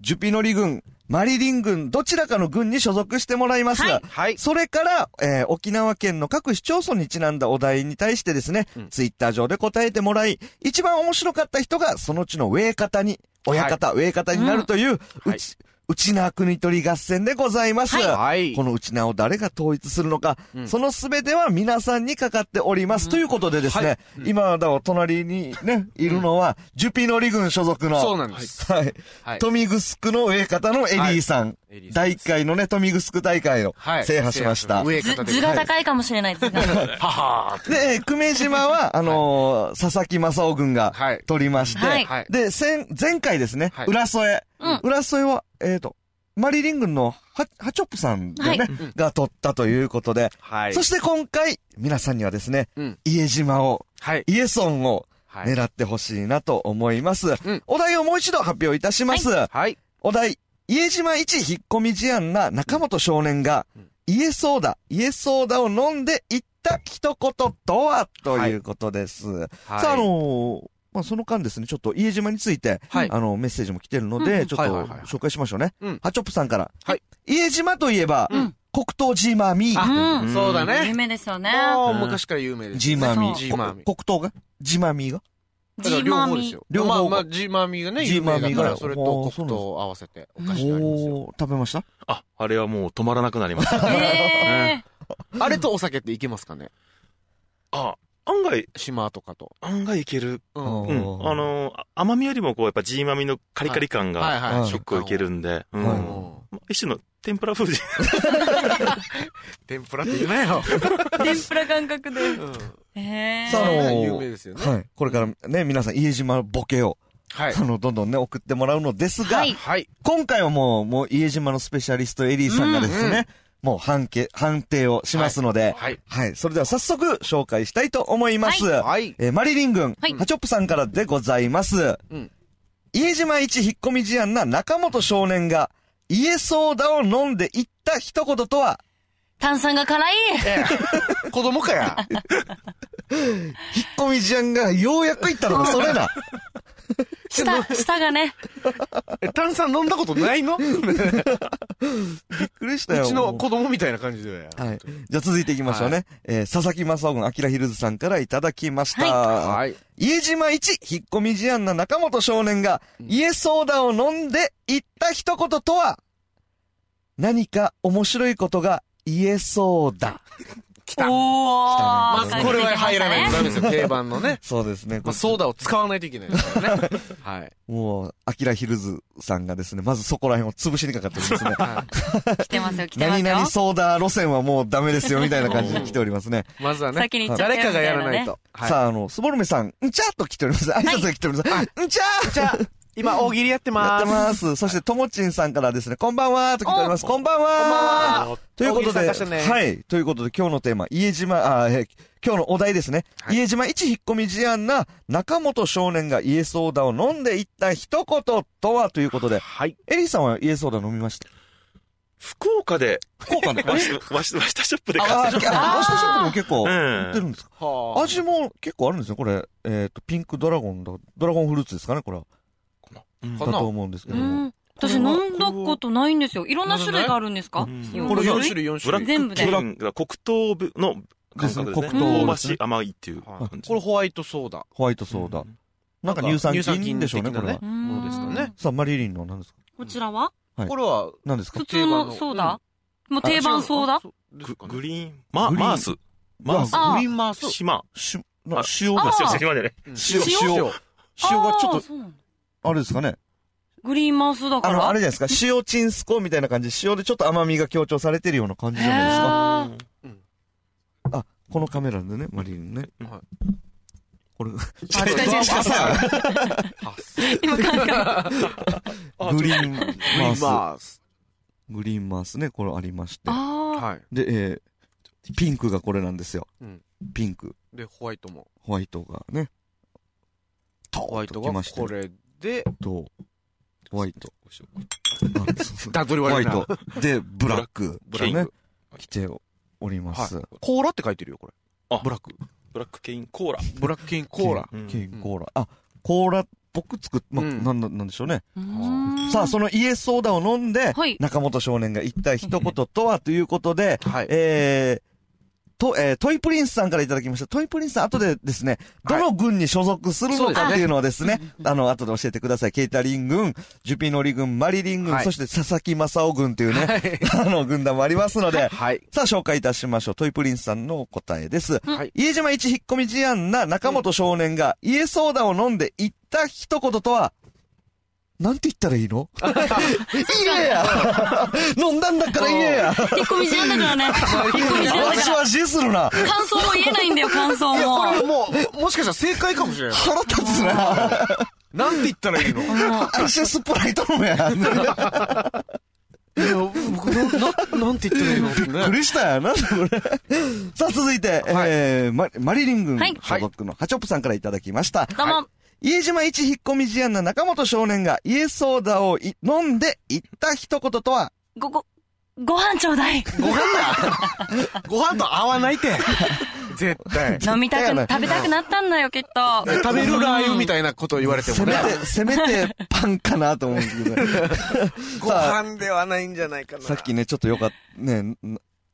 ジュピノリ軍、マリリン軍、どちらかの軍に所属してもらいますが、はい。それから、えー沖縄県の各市町村にちなんだお題に対してですね、うんツイッター上で答えてもらい、一番面白かった人がそのうちの上方に、親方、上方になるという、うち、内縄国取り合戦でございます。はいこの内縄を誰が統一するのか、そのすべては皆さんにかかっております。ということでですね、今、だから隣にね、いるのは、ジュピノリ軍所属の、そうなんです。はい。はいトミグスクの上方のエリーさん。エリーさん第1回のね、トミグスク大会をはい。制覇しました。上ず方で。図が高いかもしれないです (laughs) が。はいははーで、えー久米島は、あのー佐々木正夫軍がはい取りまして、はいはい。で、前、前回ですね、はい浦添。うん浦添は、えっ、と、マリリン軍のハハチョップさんでね、はが取ったということで、はいそして今回、皆さんにはですね、うん家島を、はい。家村をはい。狙ってほしいなと思います、うんお題をもう一度発表いたします。はい。お題、家島一引っ込み思案な中本少年が、家ソーダ、家ソーダを飲んで言った一言とは、ということです。さあ、あのーまあ、その間ですね、ちょっと家島について、はいあの、メッセージも来てるので、うんちょっとはいはいはい紹介しましょうね。うんハチョップさんから。はい家島といえば、うん黒糖ジーマーミー。ううんん。そうだ有ね。名ですよね。もう昔から有名です。ジーマーミー。ジーマーミーこ黒糖がジーマーミーがだから両方ですよ。ジーマーミーまあまあ、ジーマーミーがね、ジ有ーマー名ミーがだから、それあとーそ黒うなん糖ですを合わせてお菓子になりますよ。おー、食べましたあ、あれはもう止まらなくなりました。えあれとお酒っていけますかねあ、案外、島とかと。案外いける。うおん。ーうん。あのー、甘みよりもこう、やっぱジーマミのカリカリ感はいが、はい。結構いけるんで、うん。はういまん。あ一種の天ぷら風で。天ぷらって言うなよ。ー、天ぷら感覚で。うんえさああのー。ー有名ですよね。はい。これからね、皆さん、家島のボケを、はいあ。の、どんどんね、送ってもらうのですが、はいはい。今回はもう、もう、家島のスペシャリストエリーさんがですね、もう判決、判定をしますので、はい。はい。それでは早速紹介したいと思います。はい。えーマリリン軍、はいハチョップさんからでございます。うん家島一引っ込み思案な中本少年が、家ソーダを飲んで言った一言とは、炭酸が辛いええ子供かや。引っ込み思案がようやく言ったのがそ (laughs) れな。 (laughs) 舌、舌がね。え炭酸飲んだことないのうびっくりしたよ。ちの子供みたいな感じで。はい。じゃあ続いていきましょうね。えー佐々木正雄君、アキラヒルズさんからいただきました。。はいい。家島一引っ込み思案な中本少年が、家ソーダを飲んで言った一言とは、何か面白いことが言えそうだ。来た。まおまーあ、ず赤こ出れてきはました入らないとねダメですよ。定番のね。そうですね。こまあ、ソーダを使わないといけないですから (laughs) ね。はい。もう、アキラヒルズさんがですね、まずそこら辺を潰しにかかってるん (laughs) ですね。来てますよ、来てます何よ。々ソーダ路線はもうダメですよ、みたいな感じで来ておりますね。まずはね先に、行っちゃったよ誰かがやらないと。はい。さあ、あの、スボルメさん、んちゃっと来ております。挨拶が来ております。んちゃーじゃあ、今、大喜利やってやまってーす。ます。そして、ともちんさんからですね、こんばんはーと来ております。こんばんはーということ大喜利参で、加してねはい。ということで、今日のテーマ、家島、あーえー今日のお題ですね。はい家島一引っ込み事案な、中本少年が家ソーダを飲んでいった一言とはということで、はい。エリーさんは家ソーダ飲みました。 (laughs) 福岡で、福岡のワシ、ワシ、ワシタショップで買あっあ、あてロきスた。トショップも結構うん売ってるんですか、はあ。味も結構あるんですね、これ。えっ、と、ピンクドラゴンだ、ドラゴンフルーツですかね、これは。うんこだんなと思うんですけうども。ん。私飲んだことないんですよ。いろんな種類があるんですかうん四これ種4類種類、4ブ種ラ類。全部ックでキンが黒糖の感覚ですね。ですね黒糖香ばしい、甘いっていうは感いじ。これホワイトソーダ。ホワイトソーダ。なんか乳酸菌でしょうね、乳酸これ菌は的な。ねものですかね。さあ、マリリンの何ですかこちらははいこれは、何ですか普通のソーダもう定番ソーダグググリリーン、マグリーンマース。マース。あーンマース。島。し、なあ塩が、あすいません、島じゃない。塩塩塩がちょあーっそうなのと、あれですかね。グリーンマウスだかあら。の、あれじゃないですか。塩チンスコみたいな感じで、塩でちょっと甘みが強調されてるような感じじゃないですか。へーあ、このカメラでね、マリリンね。はいこれ、あ違う違う違う朝、今感覚。(laughs) (laughs) グリーンマウス。マース。グリーンマウスね、これありまして。あはい。で、えーピンクがこれなんですよ。うんピンク、で、ホワイトも。ホワイトがね。ホワイトときがましてこれで、と、ホワイト。あそうそう段取りホワ悪いイなト。。で、ブラック。ブラックね。来ております。はい。コーラって書いてるよ、これ。あブラック。ブラックケイン、コーラ。ブラックケインコーラ。うんケインコーラ。あ、コーラっぽく作っ、まあ、うんなんだ、なんでしょうね。ーうーんさあ、そのイエスソーダを飲んで、はい中本少年が言った一言とはということで、はい。えー、と、えートイプリンスさんからいただきました。トイプリンスさん、後でですね、どの軍に所属するそのうですかねっていうのはですね、あの、後で教えてください。ケイタリン軍、ジュピノリ軍、マリリン軍、はいそして佐々木正夫軍というね、はい。 (laughs) あの、軍団もありますので、はい。さあ、紹介いたしましょう。トイプリンスさんの答えです。はい家島一引っ込み事案な中本少年が、家ソーダを飲んで言った一言とは、なんて言ったらい (laughs) いの言えや飲んだんだから言えや引っ込み思案だ (laughs) からね。引っ込み思案だわかしら。は死するな感想も言えな (laughs) いんだよ、感想も。ももう、もしかしたら正解かもしれない。腹立つななんて言ったらいいのいうアイシスプライト飲めやや、僕、な、な、なんて言ったらいいのびっくりしたよ。なんだこれ。さあ、続いて、えー、ママリリン軍はい所属のハチョップさんからいただきました。どうも。家島一引っ込み思案な中本少年が家ソーダをい飲んで言った一言とは、ご、ご、ご飯ちょうだい。ご飯だご飯と合わないって。絶対。飲みた絶く、対やな食べたくなったんだよ、きっと。食べるラー油みたいなこと言われてせもめね。て、せめてパンかなと思うんですけど。ご飯ではないんじゃないかな。さっきね、ちょっとよかっ、ね、ん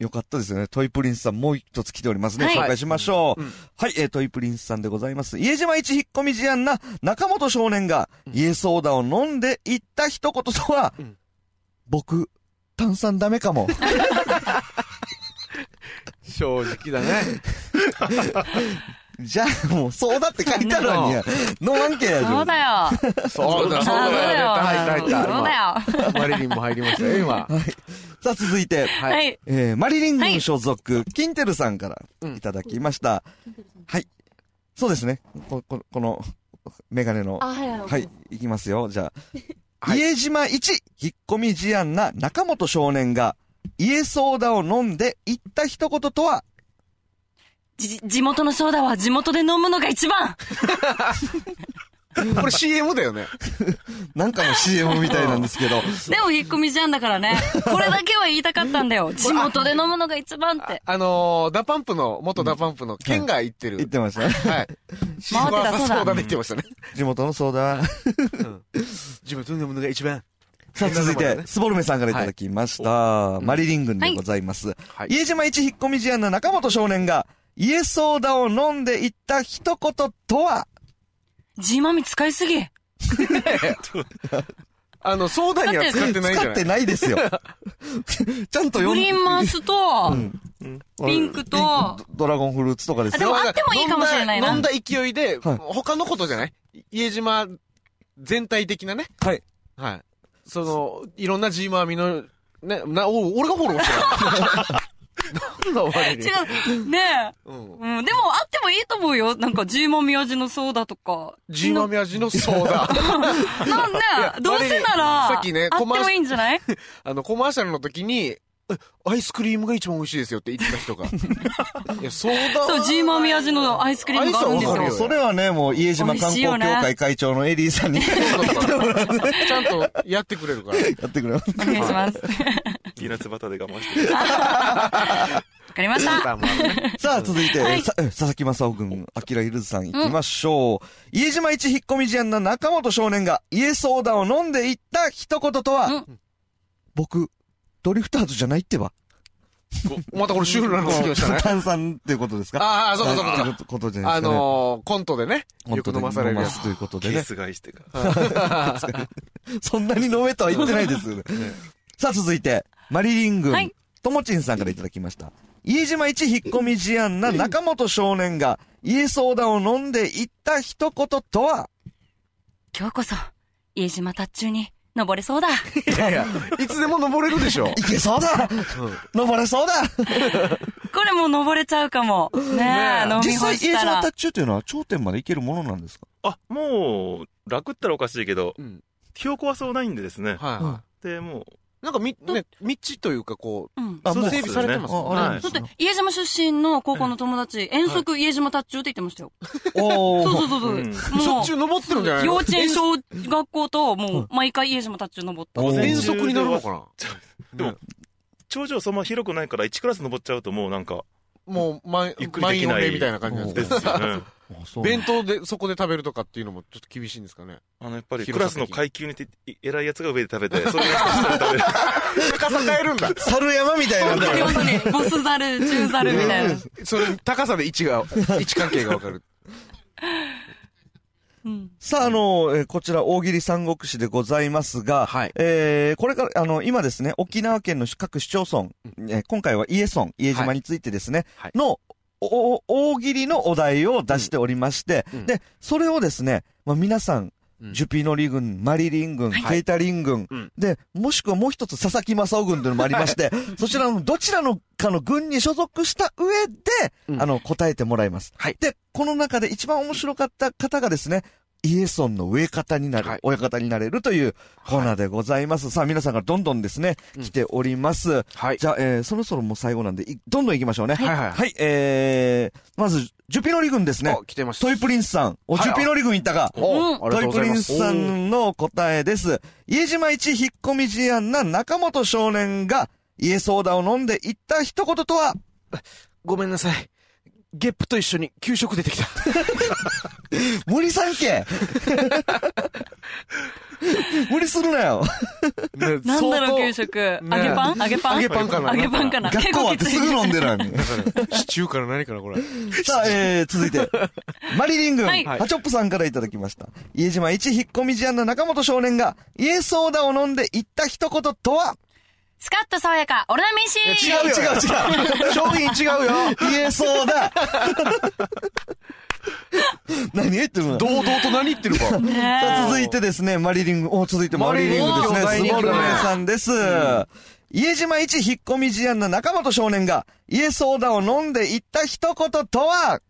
よかったですよね。トイプリンスさんもう一つ来ておりますね。はい紹介しましょう。うはんい、えートイプリンスさんでございます。家島一引っ込み事案な中本少年が、家ソーダを飲んで言った一言とは、うん僕、炭酸ダメかも。正直だね。じゃあ、もう、ソーダって書いてあるのにや。飲まんけやじゃんそうだよ。そうだ、あそうだよ。入そっうた、入った、だよ。そう今マだよ。リリンも入りましたよ、今。さあ、続いて、いはい。えー、マリリンは軍い所属、キンテルさんかうらんいただきました。はい。そうですね。こ、ここの、メガネの。はい、いきますよ。じゃ (laughs) あ。はい家島一引っ込み思案な中本少年が、家ソーダを飲んで言った一言とは、じ、地元のソーダは地元で飲むのが一番これ CM だよね。なんかもう CM みたいなんです (laughs) けど、でも引っ込みじゃんだから (laughs) ね。これだけは言いたかったんだよ。地元で飲むのが一番って。あのー、ダパンプの、元ダパンプの、ケンが言ってる。言ってましたね。はい。回ってたそうだそうだね言ってましたね。地元のソーダ。自分と飲むのが一番。さあ (laughs) (laughs) 続いて、スボルメさんからいただきました。マリリン軍でございます。はい。家島一引っ込み思案の中本少年が、家ソーダを飲んで言った一言とは、ジーマミ使いすぎ。あの、ソーダには使ってないんじ使ゃっなていないですよ。 (laughs) ちゃんとグ読リーンマウスと、ピンクとドドラゴンフルーツとかですでよ。もあってもいいかもしれないな飲んだ飲んだ勢いで、はい他のことじゃない家島全体的なね。はい。はい。その、いろんなジーマーミの、ね、な、お、俺がフォロー (laughs) してる。なんだ、我に。違う。ねえ。うん。うん、でもあってもいいと思うよ。なんか、ジーマミ味のソーダとか。ジーマーミ味のソー (laughs) ダ。なんねいや、どうせな我々ら、さっきねあってコマーシもいいんじゃないあの、コマーシャルの時に、えアイスクリームが一番美味しいですよって言ってた人が。いや、ソーダはそう、ジーマミ味のアイスクリームがあるんですアイスはわかるよよ。それはね、もう家島観光協会会長のエリーさんにやそうだからちゃんとやってくれるから。っ (laughs) て (laughs) くれます。お願いします。わピーナッツバターで我慢してる。かりました。あまあねさあ、続いて、はいさえ佐々木正夫君、明ゆるずさん行きましょう。家島一引っ込み思案の中本少年が家ソーダを飲んで言った一言とは、う僕、ドリフターズじゃないってば。またこれシュールなの好きでしたね。炭酸っていうことですかああ、そうかそうかそうか。ってことじゃないあですかね。のー、コントでね、よく飲まされる本当に飲まやすということケでーね。ス買いしてから。つ。そんなに飲めとは言ってないですよ (laughs) ね。さあ続いて、マリリンは軍い、ともちんさんからいただきました。家島一引っ込み思案な中本少年が、家相談を飲んで言った一言とは、今日こそ、家島達中に登れそうだ。いやいや、いつでも登れるでしょ。いけそう (laughs) だ登れそうだこれもう登れちゃうかも。ねえ、飲み実干際し家た島ら達。中というのは頂点までいけるものなんですかあ、もう、楽ったらおかしいけどうん、記憶はそうないんでですはね。いはで、もい。なんかみ、ね、道というかこうん。う、あそうもう整備されてますもんね。ああはれいだって、家島出身の高校の友達、遠足家島達中って言ってましたよ。おそうー。そうそうそう。うんしょもっちゅう登ってるんじゃなう、い幼の稚園小学校と、もう、毎回家島達中登った。お遠足になるのかなでも頂上そんな広くないから1クラス登っちゃうともうなんか、もう、ま、ゆっくりできない満員御礼みたいな感じなんでですすよね。あそう弁当で、そこで食べるとかっていうのもちょっと厳しいんですかね。あの、やっぱりク広ラさ的スにの階級にて偉いやつが上で食べて、それが下で食べる。高さ変えるんだ。猿山みたいなんだよ本当にボスザル、中ザルみたいな。それ、高さで位置が、位置関係がわ (laughs) かる。うん。さあ、あの、えーこちら、大喜利三国志でございますが、はいえーこれから、あの、今ですね、沖縄県の各市町村、えー今回は家村、家島についてですね、はいの、おお大喜利のお題を出しておりまして、うんうんで、それをですね、まあ、皆さん、うんジュピノリ軍、マリリン軍、ケイタリン軍、うんで、もしくはもう一つ佐々木正夫軍というのもありま (laughs) して、そちらのどちらのかの軍に所属した上で、うんあの、答えてもらいます。はいで、この中で一番面白かった方がですね、イエソンの上方になる、はい親方になれるというコーナーでございます。さあ、皆さんがどんどんですね、うん来ております。はい。じゃあ、えー、そろそろもう最後なんで、いどんどん行きましょうね。はいはいえー、まず、ジュピノリ軍ですねあ。、来てました。トイプリンスさん。お、はいジュピノリ軍いったか。おありがトとうイごプざいリまンす。スさんの答えです。家島一引っ込み思案な中本少年が、家ソーダを飲んで言った一言とは、ごめんなさい。ゲップと一緒に給食出てきた。森さん (laughs) け無理するなよ。 (laughs) ねなんだ相ろう、当給食。揚ねげパン揚げパン揚げパンかな揚げパンかな学校終わってすぐ飲んでるのにシチューから何からこれ。 (laughs) さあ、えー、続いて、マリリン軍、はいハチョップさんからいただきました。家島一引っ込み思案の中本少年が、イエソーダを飲んで言った一言とはスカッと爽やか、オルナミンシー違う違う違う商品違うよイエソーダ何言ってる (laughs) の堂々と何言ってるか。 (laughs) ねさあえ続いてですね、マリリング、お、続いてマリリングですね、マリスリングモルメ兄弟さんです。家島一引っ込み思案の中本少年が、家ソーダを飲んで言った一言とは、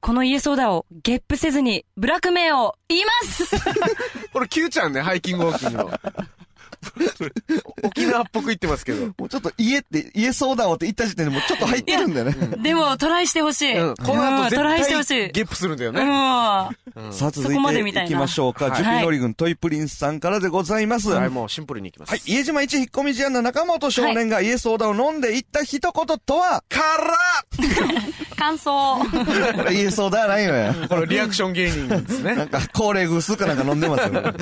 この家ソーダをゲップせずに、ブラック名を言いますこれ Q ちゃんね、ハイキングウォーキングの。沖縄っぽく言ってますけど。もうちょっと家って、家ソーダをって言った時点でもうちょっと入ってるんだよね。 (laughs) でも、トライしてほしい。うんこの後うん絶トライして対ほしい。ゲップするんだようね。ん。さあ続そこまでいみてたいいなきましょうか。はいジュピノリ軍トイプリンスさんからでございます。は、はいい。もうシンプルにいきます。家島一引っ込み思案の中本少年が家ソーダを飲んで言った一言とは、から (laughs) 感想。これ家ソーダはないの (laughs) よ。これリアクション芸人ですね。なんか、高齢グースかなんか飲んでます (laughs) よね。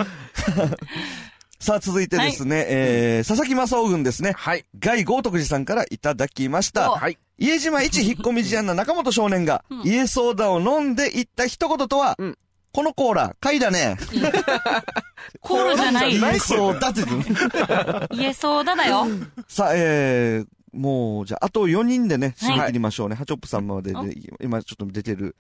さあ、続いてですね、えー、佐々木正夫軍ですね。はい。ガイ豪徳寺さんからいただきました。はい。家島一引っ込み思案の中本少年が、家ソーダを飲んで言った一言とは、うんこのコーラ、貝だね。コールじゃない。家 (laughs) ソーダって言ってる家ソーダだよ。さあ、えー、もう、じゃあ、あと4人でね、はい締め切りましょうね。ハチョップさんまででお、今ちょっと出てる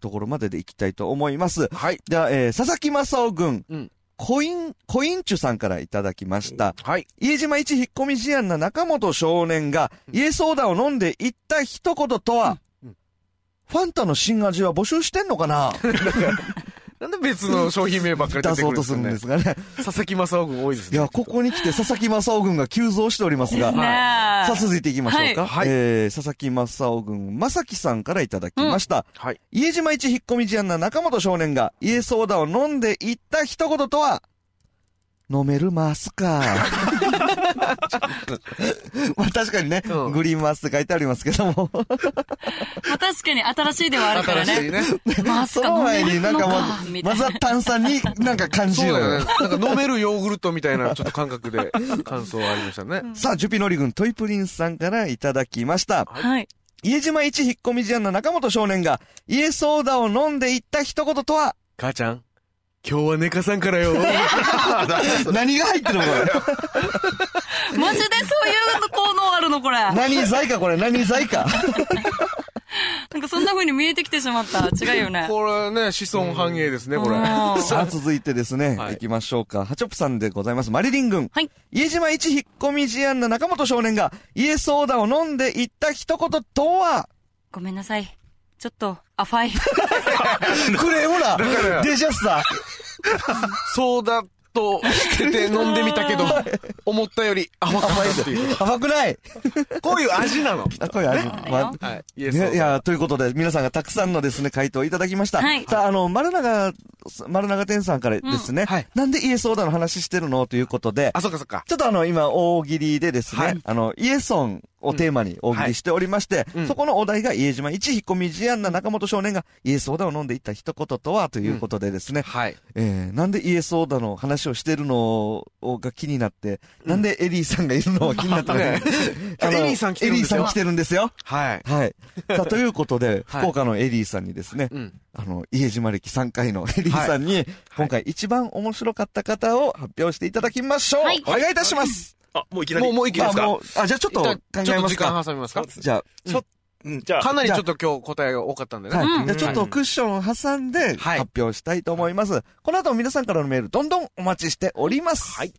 ところまででいきたいと思います。はい。では、えー、佐々木正夫軍、うんコイン、コインチュさんからいただきました。はい。家島一引っ込み思案な中本少年が、イエソーダを飲んで言った一言とは、うんうんファンタの新味は募集してんの (laughs) かな (laughs) なんで別の商品名ばっかり出出てくそるうんとですするかんねですがね。佐々木正夫君多いですいね。や、ここに来て佐々木正夫軍が急増しておりますが、ねさあえ。続いていきましょうか。はいはいえー、佐々木正夫軍、正樹さんからいただきました。はい。家島一引っ込み思案な中本少年が、イエソーダを飲んで言った一言とは、飲めるま (laughs) すか。まあ確かにね、うんグリーンマスって書いてありますけども。まあ確かに新しいではあるから新しいね。ね。マスそカの飲め前にるなんのかもか、みう、たまいずはな。炭酸になんか感じそうよだよね。なんか飲めるヨーグルトみたいな、ちょっと感覚で感想ありましたね。さあ、ジュピノリ軍トイプリンスさんからいただきました。はい。家島一引っ込み思案の中本少年が、イエソーダを飲んで言った一言 (laughs) とは、母ちゃん、今日はネカさんからよ。何が入ってるのこれ。マジでそういう効能あるのこれ。な何罪かこれ、何 (laughs) 罪か。んかそんな風に見えてきてしまった。違うよね。これね、子孫繁栄ですね、これ。うんさあ、続いてですね、はい行きましょうか。ハチョップさんでございます。マリリン軍。はい家島一引っ込み思案の中本少年が、イエソーダを飲んで言った一言と (laughs) は、ごめんなさい。ちょっと、アファイ。クレームからだデジャスだソーダとしてて飲んでみたけど、思ったより甘かったっていう。甘くないこういう味なの。あこれ味まあはい。イエス。ねいや、ということで、皆さんがたくさんのですね、回答をいただきました。はいさあ、あの、丸永、丸永天さんからですね、んはいなんでイエソーダの話してるのということで、あ、そっかそっか。ちょっとあの、今、大喜利でですね、はいあの、イエソンをテーマに大喜利しておりまして、うんそこのお題が家島一彦みじやんな中本少年がイエスオーダを飲んでいった一言とはということでですね、はい。えー、なんでイエスオーダの話をしてるのが気になって、なんでエリーさんがいるのが気になったのね (laughs) あのエリーさん来てるんですよエリーさん来てるんですよ。はい。はい。さあ、ということで、はい福岡のエリーさんにですね、うんあの、家島歴3回のエリーさんに、今回一番面白かった方を発表していただきましょう。はいお願いいたします。 (laughs) あ、もういきなり。もう、もういきますあかもうあ、じゃあちょっと考一旦ちょっえとま時す間か。挟みますかじゃちょうんじゃかなりちょっと今日答えが多かったんであ、ね。はい。うんじゃあちょっとクッションを挟んではい発表したいと思います。この後も皆さんからのメール、どんどんお待ちしております。はい。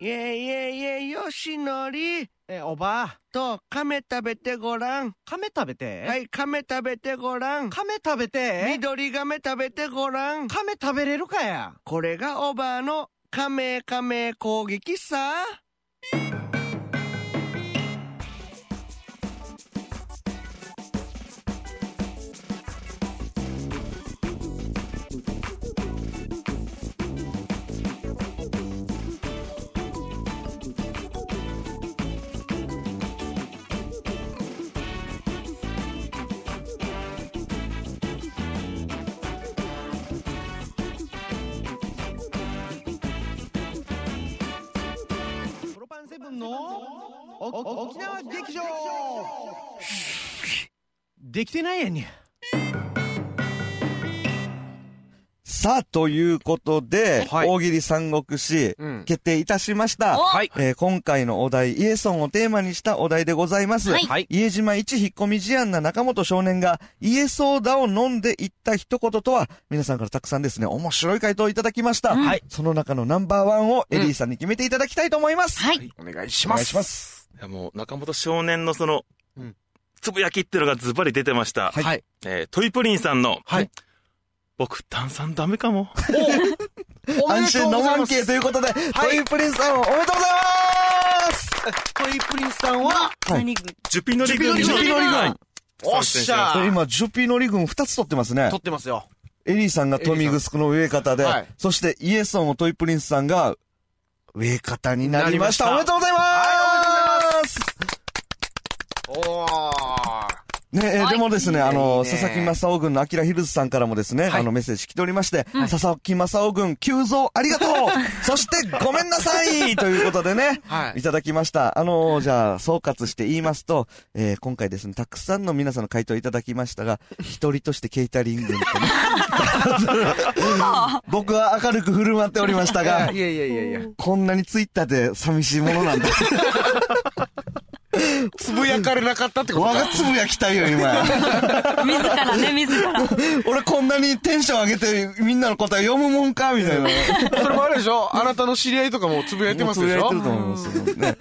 イエイエイエイよしのりえ、おばあ。と亀食べてごらん。亀食べて。はい、亀食べてごらん。亀食べて。緑亀食べてごらん。亀食べれるかや。これがおばあの亀亀攻撃さ。プロパンセブンのおお沖縄劇場できてないやんに。さあ、ということで、はい大喜利三国志、うん決定いたしました。はい。えー今回のお題、イエソンをテーマにしたお題でございます。はいはい家島一引っ込み事案な中本少年が、イエソーダを飲んでいった一言とは、皆さんからたくさんですね、面白い回答をいただきました。うんはその中のナンバーワンをエリーさんに決めていただきたいと思います。はい。お願いしおま願す。いします。いやもう中本少年のそのうん、つぶやきっていうのがズバリ出てました。はい。はい。えートイプリンさんの、はい僕、炭酸ダメかも。安心の関係ということで、トイプリンスさんおめでとうございますトイプリンスさんは、はい何軍ジュピノリ軍の。ジュピノリ軍おっし参戦しまゃー今、ジュピノリ軍2つ取ってますね (laughs) 撮。ってますよ。エリーさんがトミグスクの植え方で、エリーさんはいそしてイエソンをトイプリンスさんが植え方になりました。おなめりまでとうございます、おー。ねえーはいでもですね、あの、いいね佐々木正雄軍のアキラヒルズさんからもですね、はいあのメッセージ来ておりまして、佐々木正雄軍急増ありがとうそしてごめんなさいということでね、はいい、ただきました。あのーじゃあ、総括して言いますと、えー今回ですね、たくさんの皆さんの回答いただきましたが、一人としてケータリングってね、僕は明るく振る舞っておりましたがい、やいやいやいや。こんなにツイッターで寂しいもの (laughs) なんだ。つぶやかれなかったってこと我がか。つぶやきたいよ、今。自らね、自ら。 (laughs) 俺こんなにテンション上げてみんなの答え読むもんかみたいな。それもあるでしょあなたの知り合いとかもつぶやいてますでしやょってると思いますよ。ね。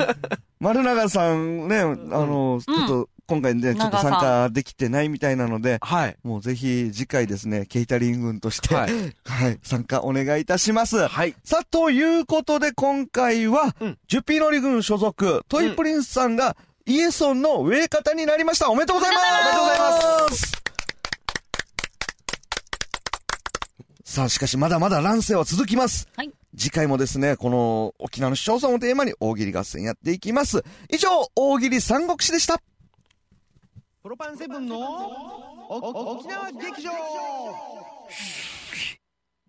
丸永さんね、あの、ちょっと今回ね、ちょっと参加できてないみたいなので、はい。もうぜひ次回ですね、ケイタリングとして、ははいい、参加お願いいたします。はい。さあ、ということで今回は、うんジュピノリ軍所属、トイプリンスさんが、イエソンの植え方になりました。おめでとうございますおめでとうございますさあ、しかしまだまだ乱世は続きます。はい次回もですね、この沖縄の市町村をテーマに大喜利合戦やっていきます。以上、大喜利三国志でした。プロパンセブンのおお沖縄劇場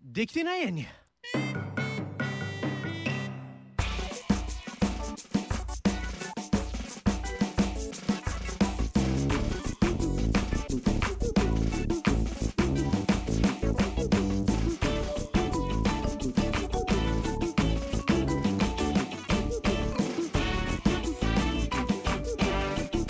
できてないやんに。 「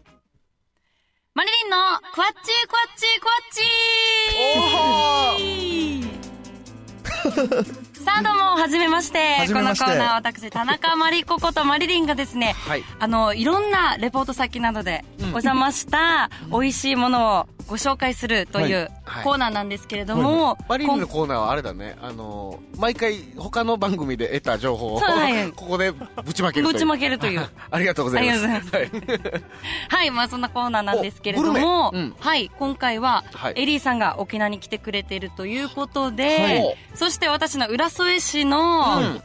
の、こわっちーこわっちーこわっちーさあどうも、はじめまして。じめましてこのコーナー、私、田中まりこことまりりんがですね、はいあの、いろんなレポート先などでお邪魔した美味しいものをご紹介するというはいコーナーなんですけれども、マリリンのこんコーナーはあれだね、あのー毎回他の番組で得た情報を、そうは (laughs) いここでぶちまけるという。ぶちまけるという。 (laughs) ありがとうございます。ありがとうございます。はい、まあそんなコーナーなんですけれどおも、グルメうんはい、今回ははい、エリーさんが沖縄に来てくれているということはで、そして私の浦添市の、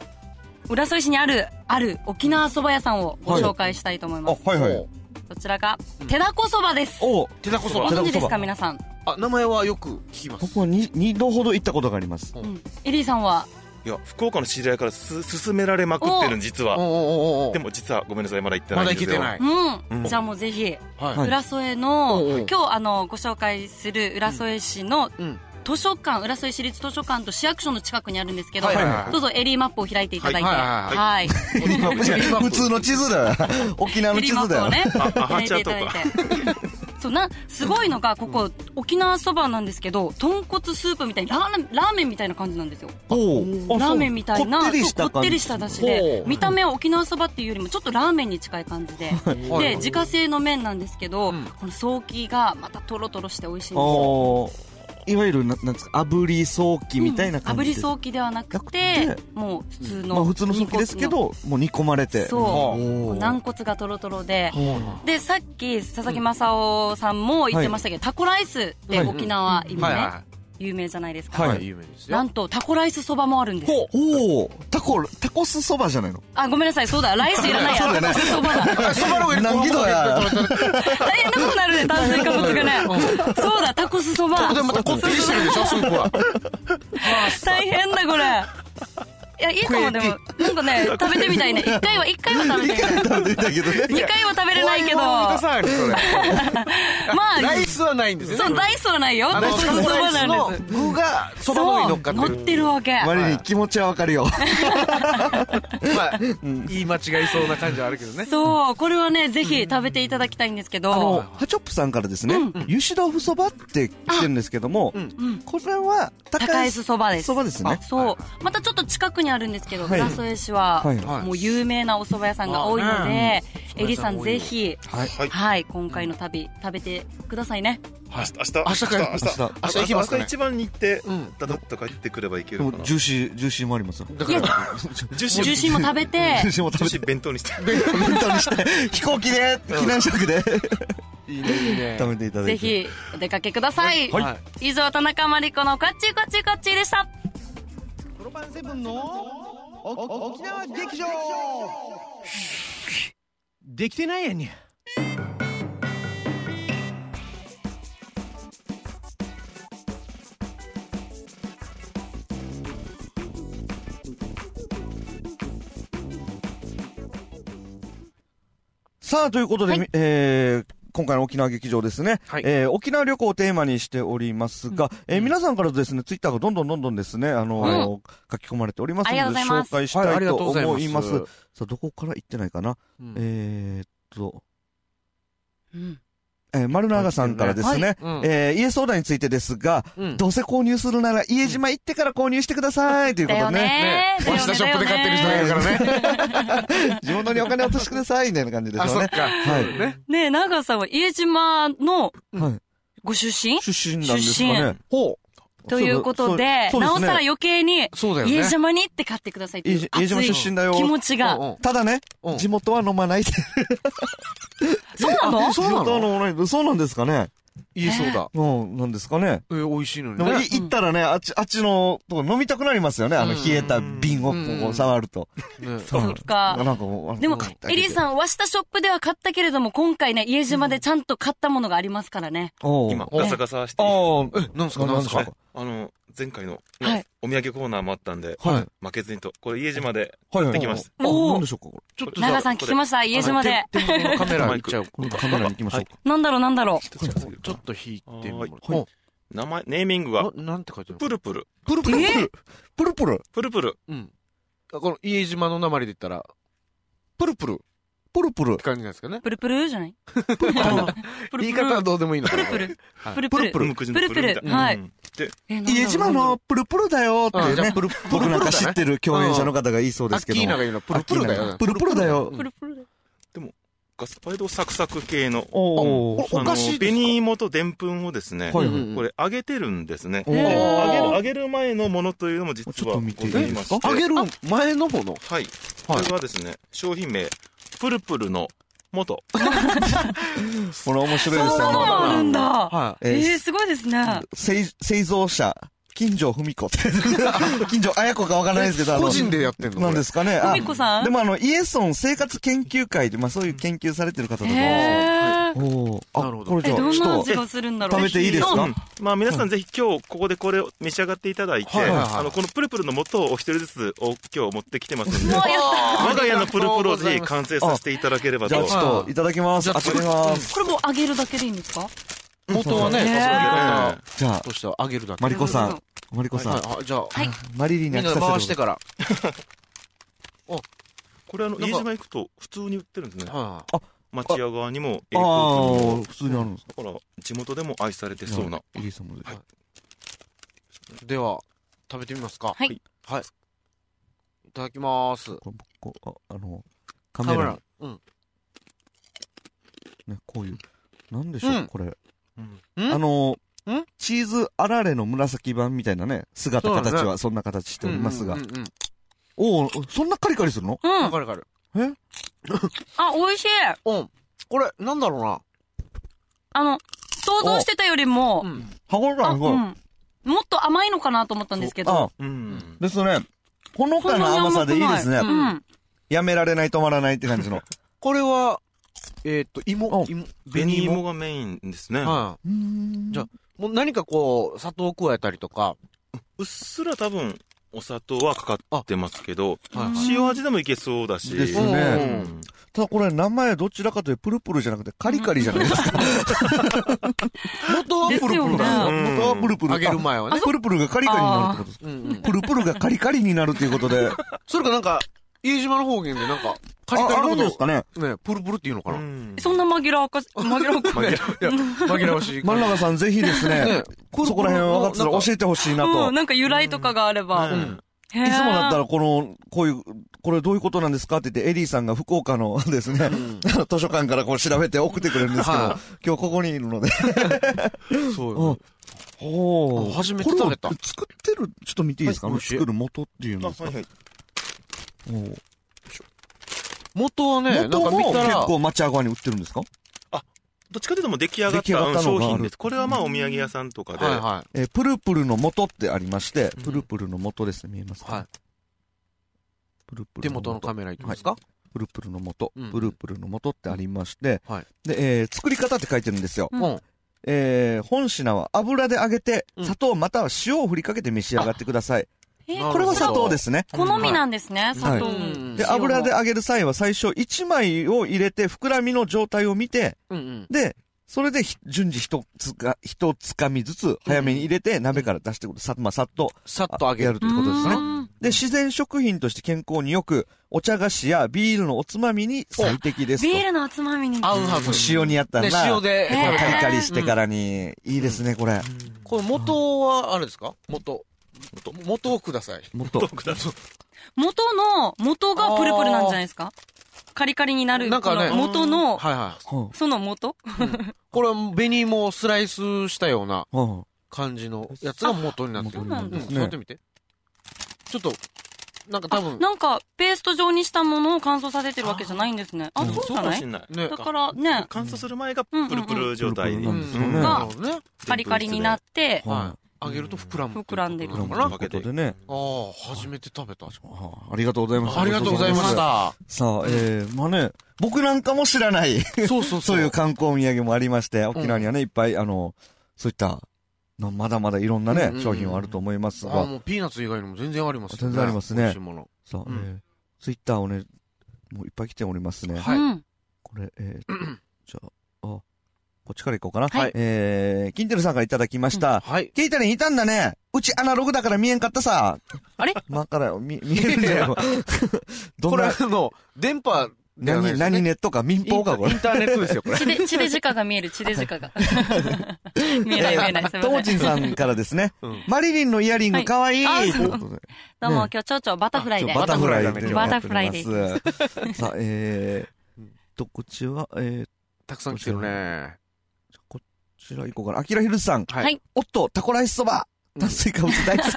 浦添市にある、ある沖縄そば屋さんをご紹介したいと思います。はいはい。そちちらが、手だこそばです。おお手だこそごば。手だ存こそ知ですばか、皆さん。あ、名前はよく聞きます。僕は 2, 度ほど行ったことがありますおうんエリーさんは、いや、福岡の知り合いからす、勧められまくってるん、実おうは。おうおうおうでも実はごめんなさい、まだ行ってなまいんだで行すけよ。てない。う、うんんじゃあもうぜひ、はいはい浦添の、おうおう今日あの、ご紹介する浦添市のうん図書館、浦添市立図書館と市役所の近くにあるんですけど、はいはいはいどうぞエリーマップを開いていただいて、ははいい。はい (laughs) 普通の地図だよ (laughs) 沖縄エのリ地ーマ図ップだをよね、ああ開いていただいて。そうな、すごいのが、ここ、沖縄そばなんですけど、豚骨スープみたいに、ラーメン、ラーメンみたいな感じなんですよ。おラーメンみたいな、こってりしたそうこってりした出汁でほ、う見た目は沖縄そばっていうよりもちょっとラーメンに近い感じで、はいで、自家製の麺なんですけど、うんこの早期がまたトロトロして美味しいんですよ。おいわゆるななんですか炙り早期みたいな感炙じりで、早期ではなくなてくて、もう普通の。まあ普通の早期ですけどもう煮込まれてそうおー軟骨がトロトロではいでさっき佐々木正夫さんも言ってましたけど、タコライスって沖縄今はいね、は有名じゃないですい。か、はい、有名ですなよ。んとタコライスそばもあるんですおおタコタコスそばじゃないのあごめんなさいそうだライスいらないやタコライスそばだそばの上に何キロや大変なことになるね炭水化物がねそうだタコスそばここでまたこってりしてるでしょ、スープは。(laughs) 大変だこれいやいいかもでもなんかね食べてみたいね一回は一回は食べてみたい食べてたけどね二回は食べれないけど怖いもん見またさんそれあライスはないんですよね。そうライスはないよあタのコスそばなんです具がそばの上に乗っかってそうる乗ってるわけマリリン気持ちはわかるよまあ、言い間違いそうな感じはあるけどね。そうこれはねぜひ食べていただきたいんですけどあのハチョップさんからですね油脂豆腐そばって来てるんですけどもうんこれは高高いい酢そばですそばですねそうまたちょっと近くにあるんですけどはい浦添市ははいはいもう有名なお蕎麦屋さんが多いのあでうんえりさんぜひはいはい。はい今回の旅食べてくださいね明日、明日、明日帰る明日、明日明日明日行きますかね明日一番に行ってうん、ダダッと帰ってくればいけでるもかな。ジューシージューシーもありますよだから、重重心も食べてジューシーも食女べて子弁当にして。弁当にして飛行機で避難食でいいね、いいね。食べていただ (laughs) ぜいてひお出かけくださいはい。以上田中真理子のこっちこっちこっちでしたプロパンセブンのおお沖縄劇場 (laughs) できてないやんにゃさあということで、はいえー今回の沖縄劇場ですね、はいえー沖縄旅行をテーマにしておりますが、えー皆さんからですね、ツイッターがどんどんどんどんですね、あのー書き込まれておりますので、ありがとうご紹ざいます介しはい、たあいりとがとうご思ざいます。います。さあ、どこから行ってないかな、うんえーっと、うんえー丸永さんからですね、うんえー家相談についてですが、うんどうせ購入するなら家島行ってから購入してくださいというこだとよね。ねだよねワシタショップで買ってる人がいるからね。 (laughs) 地元にお金落としてくださいみたいな感じでしあ、ょうそっね。か。はいね。ねえ長さんは家島のはいご出身出身なんですかね。ほということでそうなそおうさすねら余計にう。そうだよね。家島に行って買ってくださいっていう家家島熱い出身だよ気持ちうんうが。んただね、うん地元は飲まないって。そうなのそうな地元はの飲まない。そうなんですかね。言えそうだ。うん、なんですかね。えー、美味しいのにでも、いね。行ったらね、あっち、あっちのとこ飲みたくなりますよね。あの、うん冷えた瓶をこううん触ると。ねそっなんか。かもうあの、でも買って、あエげてリーさん、ワシタショップでは買ったけれども、今回ね、家島でちゃんと買ったものがありますからね。おう今、あガサガサして。あ、え、なんすか、なんすなんかす。あの、前回のはいお土産コーナーもあったんで、はい負けずにと、これ家島で、はいはい。できましたあおーなんでしょうか、こちょっとじゃあ長さん聞きました、家島で。手手元のカメラ行っちゃう。れ。このカメラに行きましょうか。なんだろう、なんだろう。ちょっと引いてもらはう。名前、ネーミングおは、ななんて書いてあるプルプル。プルプルプル。プルプル。プルプル。うん。あこの、家島の名前で言ったら、プルプル。プルプル。感じなんですかね。プルプルじゃない (laughs) プルプル言い方はどうでもいいのかな。プルプル。プルププル。ルプル。プルプル。はい。で、えなんだろう家島のプルプルだよってあじゃねあプルプルだね、僕なんか知ってる共演者の方が言いそうアですッけキーども。ナが言うのプルプルだアッキーナがよ。プルプルだよ。プルプルだよ。ガスパイドサクサク系の、おーあの、紅芋とでんぷんをですね、はこいうんうんれ揚げてるんですね。おでー揚げる、揚げる前のものというのも実はちょっと見ていいございましてあげる前のもの。はい。これはですね、商品名、プルプルの元。これ面白いです。あそんなのあるんだ。はええーー、すごいですね。製製造者、金城文子って。金城綾子かわからないですけど、あの個人でやってんのなんですかね。あふみこさんでもあの、イエソン生活研究会で、まあそういう研究されてる方とか。へー。おーあ、なるほどこれえ、じゃあ、どんちなょっ味と、がするんだろう。食べていいですかうんまあ皆さんぜひ今日ここでこれを召し上がっていただいて、はいはいはいあの、このプルプルの元をお一人ずつお今日持ってきてますんで、もうやった。我が家のプルプルをぜひ完成させていただければじと。ゃあちょっと、いただきます。はいあ、ります。これもう揚げるだけでいいんですか元はね、ねあじゃあ、としてはあげるだけ。マリコさなるんほ。マリコさん。はいはいじゃあ、はい。マリリンにみん飽なきでさ回しせてる。から。これあの、なん家か島行くと普通に売ってるんですね。は町屋側にあも、えーあ、普通にあるんですかだから、地元でも愛されてそうな。イリーさんもで。いでは、食べてみますか。はい。はい。いただきます。これこうああの、カメラ。。うん。ね、こういう。なんでしょう、うんこれ。んあのん、チーズあられの紫版みたいなね、姿、そうだね形はそんな形しておりますがうん。うんうん。おおそんなカリカリするのうん。わあか、るわかる。美味しい。うん。これ、なんだろうな。あの、想像してたよりも、うん。歯ごろあ、がうすん。ごい。もっと甘いのかなと思ったんですけあど。、うん。ですね。ほのそかんななに甘さでいいくでなすねう。ん。やめられない止まらないって感じの。これは、えっと、芋あ、芋、紅芋。がメインですね。はうーんじゃあい。もう何かこう、砂糖を加えたりとか。うっすら多分、お砂糖はかかってますけど、はいはい。塩味でもいけそうだし。ですうんねううんんただこれ名前どちらかというとプルプルじゃなくてカリカリじゃないですか。元はプルプルですだよよ。ねうん元はプルプル。揚げる前はあね。プルプルがカリカリになるってことです。うんうん。プルプルがカリカリになるっていうことで。それかなんか、家島の方言でなんか、カリあカあリるんでのすこかねと、ね、プルプルっていうのかな。そんな紛らわ (laughs) か、紛らわか。いや、紛らわしい。真ん中さんぜひですねね、そこら辺分かってたら教えてほしいなとうん、。なんか由来とかがあれば。ういんつもいつもだったら、この、こういう、これどういうことなんですかって言って、エリーさんが福岡のですね、 (laughs) 図書館からこう調べて送ってくれるんですけど、は今日ここにいるので。そうようんほー初めて食べたこれを作ってる、ちょっと見ていいですか、はい作る元っていうんあ、ではすか、いはい。おー元はね、なんか元も見た結ら、構町屋側に売ってるんですかどっちかというともう出来上がっ出来上がったたの商がある品です。これはまあお土産屋さんとかで。はいはえープルプルの元ってありまして、うんプルプルの元ですね、見えますい。か、はプルプい。ル手元のカメラいきますかプルプルの元、うんプルプルの元ってありまして、はいで、えー作り方って書いてるんですよ。うん。あえー本品は油で揚げて、うん砂糖または塩を振りかけて召し上がってください。えーなるほどこれは砂糖ですね。好みなんですね、砂糖。うんで、塩は油で。揚げる際は最初1枚を入れて膨らみの状態を見て、うんうん。で、それでひ順次一つか、一つかみずつ早めに入れて鍋から出してくる。さ、まあ、さっとさっとあ揚げるやる。ということですねう。んで、自然食品として健康によく、お茶菓子やビールのおつまみに最適ですとビー。ルのおつまみに。合うはず。塩にやったでらな。塩で。で。こうカリカリへーしてからに、いいですね、これ。これ元は、あれですか元。元元をください。もっと。元の、元がプルプルなんじゃないですかカリカリになる。なんかねこの元の、はいはい。うんその元これは紅芋をスライスしたようなうん感じのやつが元になってる。あそうなんだうん触ってみて。ちょっと、なんか多分、なんか、ペースト状にしたものを乾燥させてるわけじゃないんですね。あ、そうそじゃうかもなしれいない。ねだからね、乾燥する前がプルプル状態に。ううんん、うんなるほどね。カリカリになっ、ってはい。揚げると膨らむ。膨らんでいく。なのかとないうことでね。ああ、初めて食べた。ありがとうございます。ありがとうございました。さあ、えー、まあね、僕なんかも知らない、そうそうそういう感観光土産もありまして、沖縄にはね、いっぱい、あの、そういった、なまだまだいろんなうんうねんう、ん商品はあると思いますああ、が、もうピーナッツ以外にも全然ありますよ全然ありますね美味しいものさあ、えうんー、ツイッターをね、もういっぱい来ておりますね。はいううんこれ、えー、じゃあ、あ、こっちから行こうかな。はいえー、キンテルさんからいただきました。はい。ケイタリンいたんだね。うちアナログだから見えんかったさ。あれまあからよ、見、見えるんだよ。どこんれなあの、電波ではない何、ですね何ネットか民放か、こイれ。ンターネットですよ、こ (laughs) れ。地で、地で時間が見える、地で時間が。見えない、見えない、すみトまモせチん。ンさんからですね。マリリンのイヤリングかわいいはいあということでどうも、今日、蝶々バタフライで。バタフライバで。タフライでやっておりますさあ、えー、と、こっちは、えー、たくさん来てるね。こちら行こうかな。アキラヒルさん。はいはい。おっと、タコライスそば炭水化物大好 (laughs) き。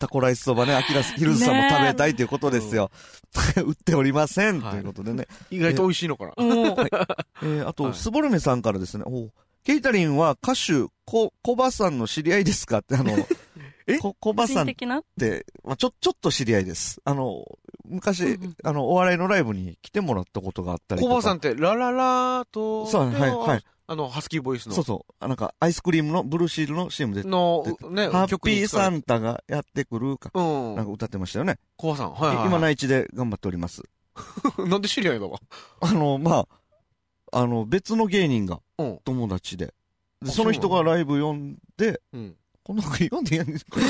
タコライスそばね、アキラヒルさんも食べたいということですよ。 (laughs) 売っておりません。はいということでね。意外と美味しいのかな。もう、えー、あと、はいスボルメさんからですね、おうケイタリンは歌手、コ、コバさんの知り合いですかって、 (laughs) あの、えココ個バさ人んっ的なて、まあ、ちょ、ちょっと知り合いです。あの、昔、うんうんあの、お笑いのライブに来てもらったことがあったりとコか。バさんって、ラララーと、そうはいはいあの、ハスキーボイスのそう、そう。あなんか、アイスクリームのブルーシールの CM で、の、ね、ハッ曲にピー使わサれンタがやってくるか、うんなん。か歌ってましたよね。コバさん。はいはいはい。今内地で頑張っております。 (laughs) なんで知り合いだわ。あの、まあ、あの、別の芸人がうん、友達で。であその人がライブ呼んで、 (laughs) うん。この子呼んでいいんですか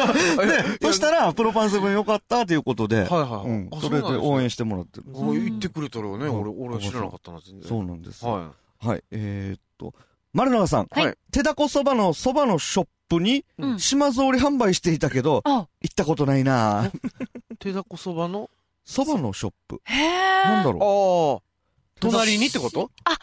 えそしたら、プロパンセブンよかったということはで、いはいはい。うんあ、それで応援ししてもらってる。おい言ってくれたらね、うん俺、俺は知らなかったな、全然。そうなんです。は。はいえーっと、丸永さん。はい手だこそばのそばのショップにうん、島ぞうり販売していたけど、あ、行ったことないなぁい。手だこそばの、そばのショップ。へえ。なんだあろあ、隣にってことあ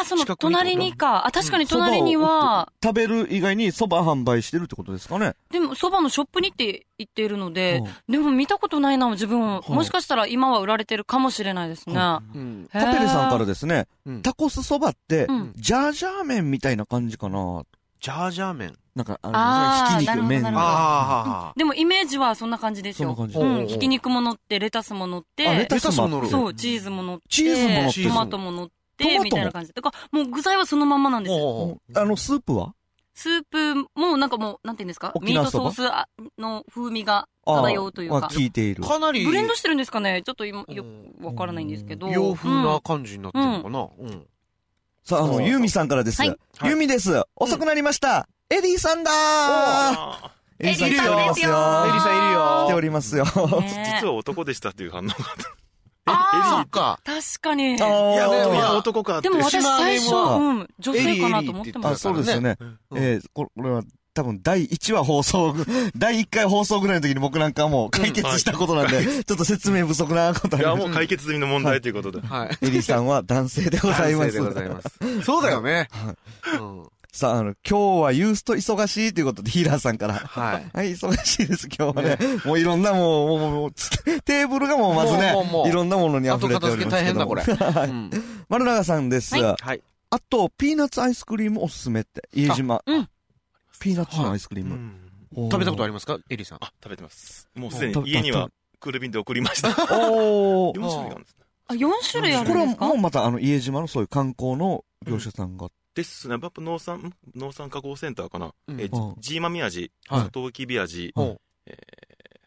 あ、その、近くに隣にか。あ、確かにうん隣には、う。食べる以外にそば販売してるってことですかね。でも、そばのショップにって言っているので、うんでも見たことないな、自分はも。いもしかしたら今は売られてるかもしれないですね。はうん。へーカペレさんからですね、うんタコスそばって、うんジャージャー麺みたいな感じかな。ジャージャー麺。なんか、あーあれですね、ひき肉、麺なるほどなるほどが。あでもイメージはそんな感じですそんなよ。感じ。ほうん、ひき肉も乗って、レタスも乗っあ、レタて、スレもタスも乗るそう、チーズも乗って、チーズも乗ってトマトも乗トマっトて、もみたいな感じ。だから、もう具材はそのまんまなんあ。です。ほうあの、スープはスープも、なんかもう、なんていうんですか沖ミー縄トそソばースあの風味があ漂うというーあか。聞いている。かなり、ブレンドしてるんですかねちょっと今、うんよくわからないんですけど。洋風うんな感じになってるのかな。うん。さあ、あそうの、ユーミさんからです。はいユーミです。遅くなりました。エリーさんだーあエリーさんエ来てリーさおりんまですすよよ。エリーさんいるよ来ておりますよ。ーねえ実は男でしたっていう反応があそっか。確かに。あーいや、ねでもいや男かって。でも私島根最は初、うん、女性かなと思っエリてエリまあ、ってす。そうですよね。うんえーここれは多分第1話放送、 (laughs) 第1回放送ぐらいの時に僕なんかはもう解決したことなんで、ちょっと説明不足なことあいりや、ますもう解決済みの問題ということで。はい。エリさんは男性でございま男性す。でございます。そうだよね。うん。さあ、あの、今日はユースと忙しいということで、ヒーラーさんから。はい。はい、忙しいです、今日はね。もういろんなもう、もう、もう、つテーブルがもうまずねもうもうもういろんなものに溢れておりますけ後片付ど。大変だ、これ。うん丸永さんです。ははい。あと、ピーナッツアイスクリームおすすめって。家島。うんピーナッツのアイスクリーうム。ん食べたことありりますかエリさん。あ、食べてます。もうすでもうに家に食べはクール便で送りました。ます (laughs) おー4種類があるんですね。あ、4種類あこるんれはですかもうまたあの家島のそういう観光の業者さんが、ですね。やっぱ農産、ん農産加工センターかな。うんえーうんジーマミ味、はいサトウキビ味、うんえー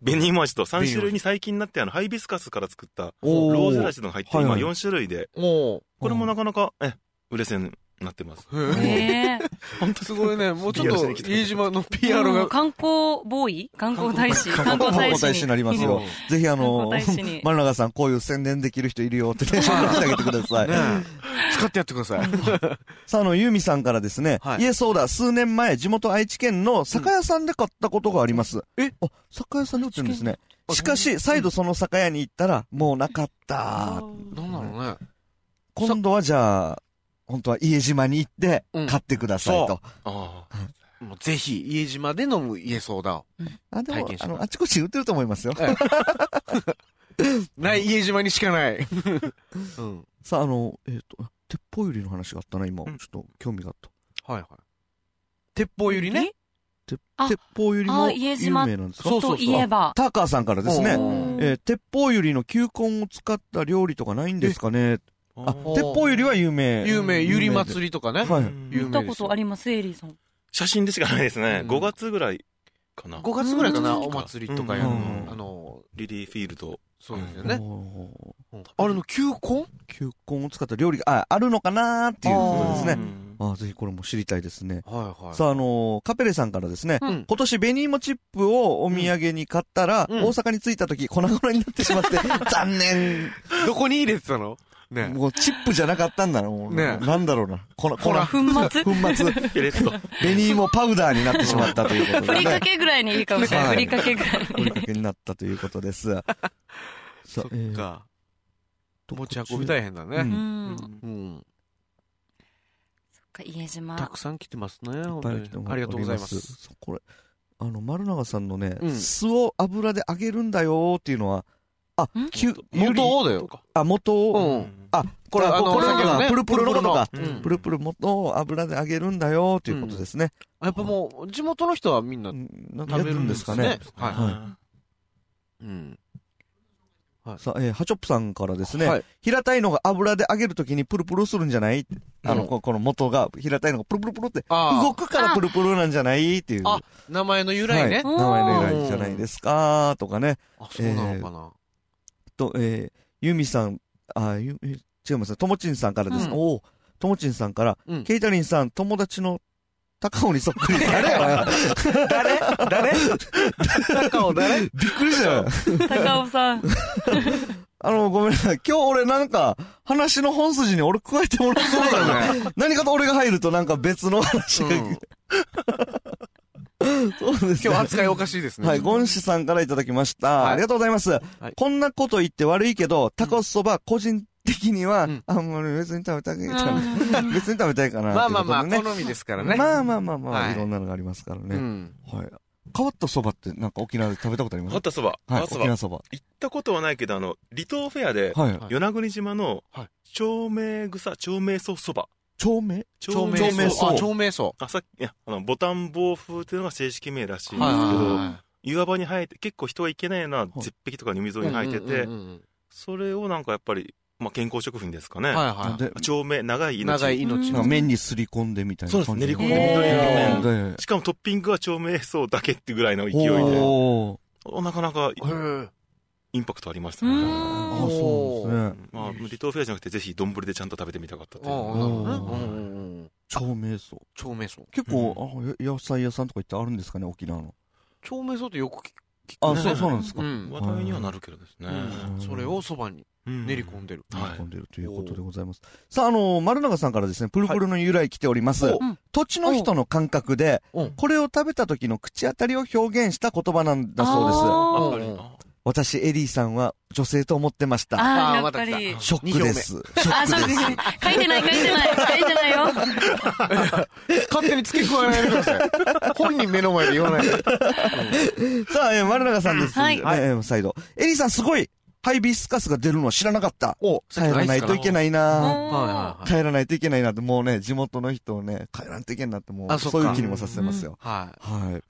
ベニモ味と3種類に最近になってあのハイビスカスから作ったおーローゼラシドが入ってはい今はい4種類で、もこれもなかなか、え、売れ線になってます。う、ねえ本当すごい (laughs) ね。もうちょっリアルしと、てきた飯島の PR うんが。観光ボーイ観光大使観光大使になりますようん。ぜひあの観光大使に、丸永さんこういう宣伝できる人いるよってテンションしてあげてください。ねえ使ってやってください。 (laughs) さあ、あの、ユーミさんからですね、はいい、え、そうだ、数年前、地元愛知県の酒屋さんで買ったことがあります。えあ、酒屋さんで売ってるんですね。しかし、再度その酒屋に行ったら、もうなかった。なんだろうね。今度はじゃあ、本当は家島に行ってうん、買ってくださいと。ああ。もうぜひ、家島で飲む家ソーダを。あ、で体も験、しあますの、あちこち売ってると思いますよ。ない、家島にしかない。 (laughs) うん。さあ、あの、えっ、と、あ鉄砲売りの話があったな、今。ちうょっんと興味があった。はいはい。鉄砲ゆりね。あ鉄砲ゆりあも家有島名なんですかそうといえば。ターカーさんからですねお。うんえー鉄砲ゆりの球根を使った料理とかないんですかねあ、あお鉄砲ゆりは有名。有名、ゆり祭り。りとかね。はいうん有見名たでこすよ。とあります、エリーさん。写真でしかないですね。うん5月ぐらいかな。 5月ぐらいかな、うんお祭りとかやるうんあの、リリーフィールド。そうですよねね。。あれの球根球根を使った料理が、あ、あるのかなーっていうことですうね。んあぜひこれも知りたいですね。はいはい。さあ、あのーカペレさんからですね、うん今年ベニーモチップをお土産に買ったら、うん大阪に着いた時粉々になってしまって、残念。どこに入れてたのねもうチップじゃなかったんだな、もう。ねえなんだろうな。粉、粉。粉粉末 (laughs) 粉末。ペレット。ベニーもパウダーになってしまったということふで、りかね。けぐらいにいいかもしれない。はいふりかけぐらいふりかけになったということです。さあそっえーか。持ち運び大変だうね。に。うんん。そっうん。か、家島。たくさん来てますね。本いっ当ぱいに来てもらあってりおがとうございます。。そうこれ、あの、丸永さんのね、うん酢を油で揚げるんだよーっていうのは、あん、きゅ、ゆり元をだよ。あ、元うを、ん。あ、これ、ああのこれさっきのが、ねプルプルのことか。プルプルのうんプルプル元を油で揚げるんだよーということですね。やっぱもう、地元の人はみんなう、ん、なんかや食べるるんんでですすかかねね。はいはうん。さあ、えーハチョップさんからですね、はい平たいのが油で揚げるときにプルプルするんじゃないあの、うんここの元が、平たいのがプルプルプルって、ああ動くからプルプルなんじゃないっていう。あ名前の由は来いね。名前の由来じゃないですかとかね。あ、そうなのかな。と、えー、ユミさん、あ、ゆ、え違いますね。ともちんさんからでうす。んおおともちんさんから、うんケイタリンさん、友達の高尾にそっくり。誰や (laughs) 誰誰 (laughs) 高尾誰びっくりしたよ。高尾さん。あの、ごめんなさい。今日俺なんか、話の本筋に俺加えてもらってないから、ね、何かと俺が入るとなんか別の話が、そうです今ね日。扱いおかしいですね。はい、ゴンシさんからいただきました。はいありがとうございます。いこんなこと言って悪いけど、タコそば個人的には、うんあんまり別に食べたい、うん別に食べたいかなまあまあまあ、っていうこ好みですからとでねね。まあまあまあまあ、はいい、ろんなのがありますからうね。ん。はい。変わったそばってなんか沖縄で食べたことありますわったそば。はわい、ったそ沖ば。縄行そば。ったことはないけど、あの、離島フェアで、はい。与那国島のはい、長命草、長命草そば。町名長名命草。草あ、。長命草。あ、さっき、いや、あの、ボタン暴風っていうのが正式名らしいんではいすはいはけいどは、い岩場に生えて、結構人が行けないような絶壁とか海沿いに生えててうんう、んうんうんそれをなんかやっぱり、まあ、健康食品ですかね。はいなんはで、長命、長いい。命。長い命なんか麺にすり込んでみたいな感じ。そうです練り込んで緑の麺。しかもトッピングは長命草だけってぐらいの勢いで、おー。おなかなかへえインパクトありましたうね。ん。あ、そうなんですね。まあ、離島フェアじゃなくて、ぜひ丼でちゃんと食べてみたかったという。ああ、なるおほどーねうんうんうんうん。町名草。長命草。結構、あや野菜屋さんとか行ってあるんですかね、沖縄の。長命草ってよく聞く。あ、ねそう、そうなんですかう。ん。話題にはなるけどですね。うんそれをそばにうん練り込んでる。練りはい込んでるということでございます。さあ、あの、丸永さんからですね、プルプルの由来来ております。はいおうん土地の人の感覚でうん、これを食べた時の口当たりを表現した言葉なんだそうです。ああやっぱりうんあ私、エリーさんは女性と思ってました。ーああーー、やっぱまた来り。ショックです。ショあ、ッそうクでですす。書いてない、書いてない、書いてないよ。勝手に付け加えないでください。 (laughs) 本人目の前で言わないで。さあ、えー丸永さんです。はいねえー再度。エリーさんすごいハイビスカスが出るの知らなかった。お、帰らないといけないなはいははいはい。帰らないといけないなって、もうね、地元の人をね、帰らんといけんなって、もう、あそっかそういう気にもさせますよ。ははい。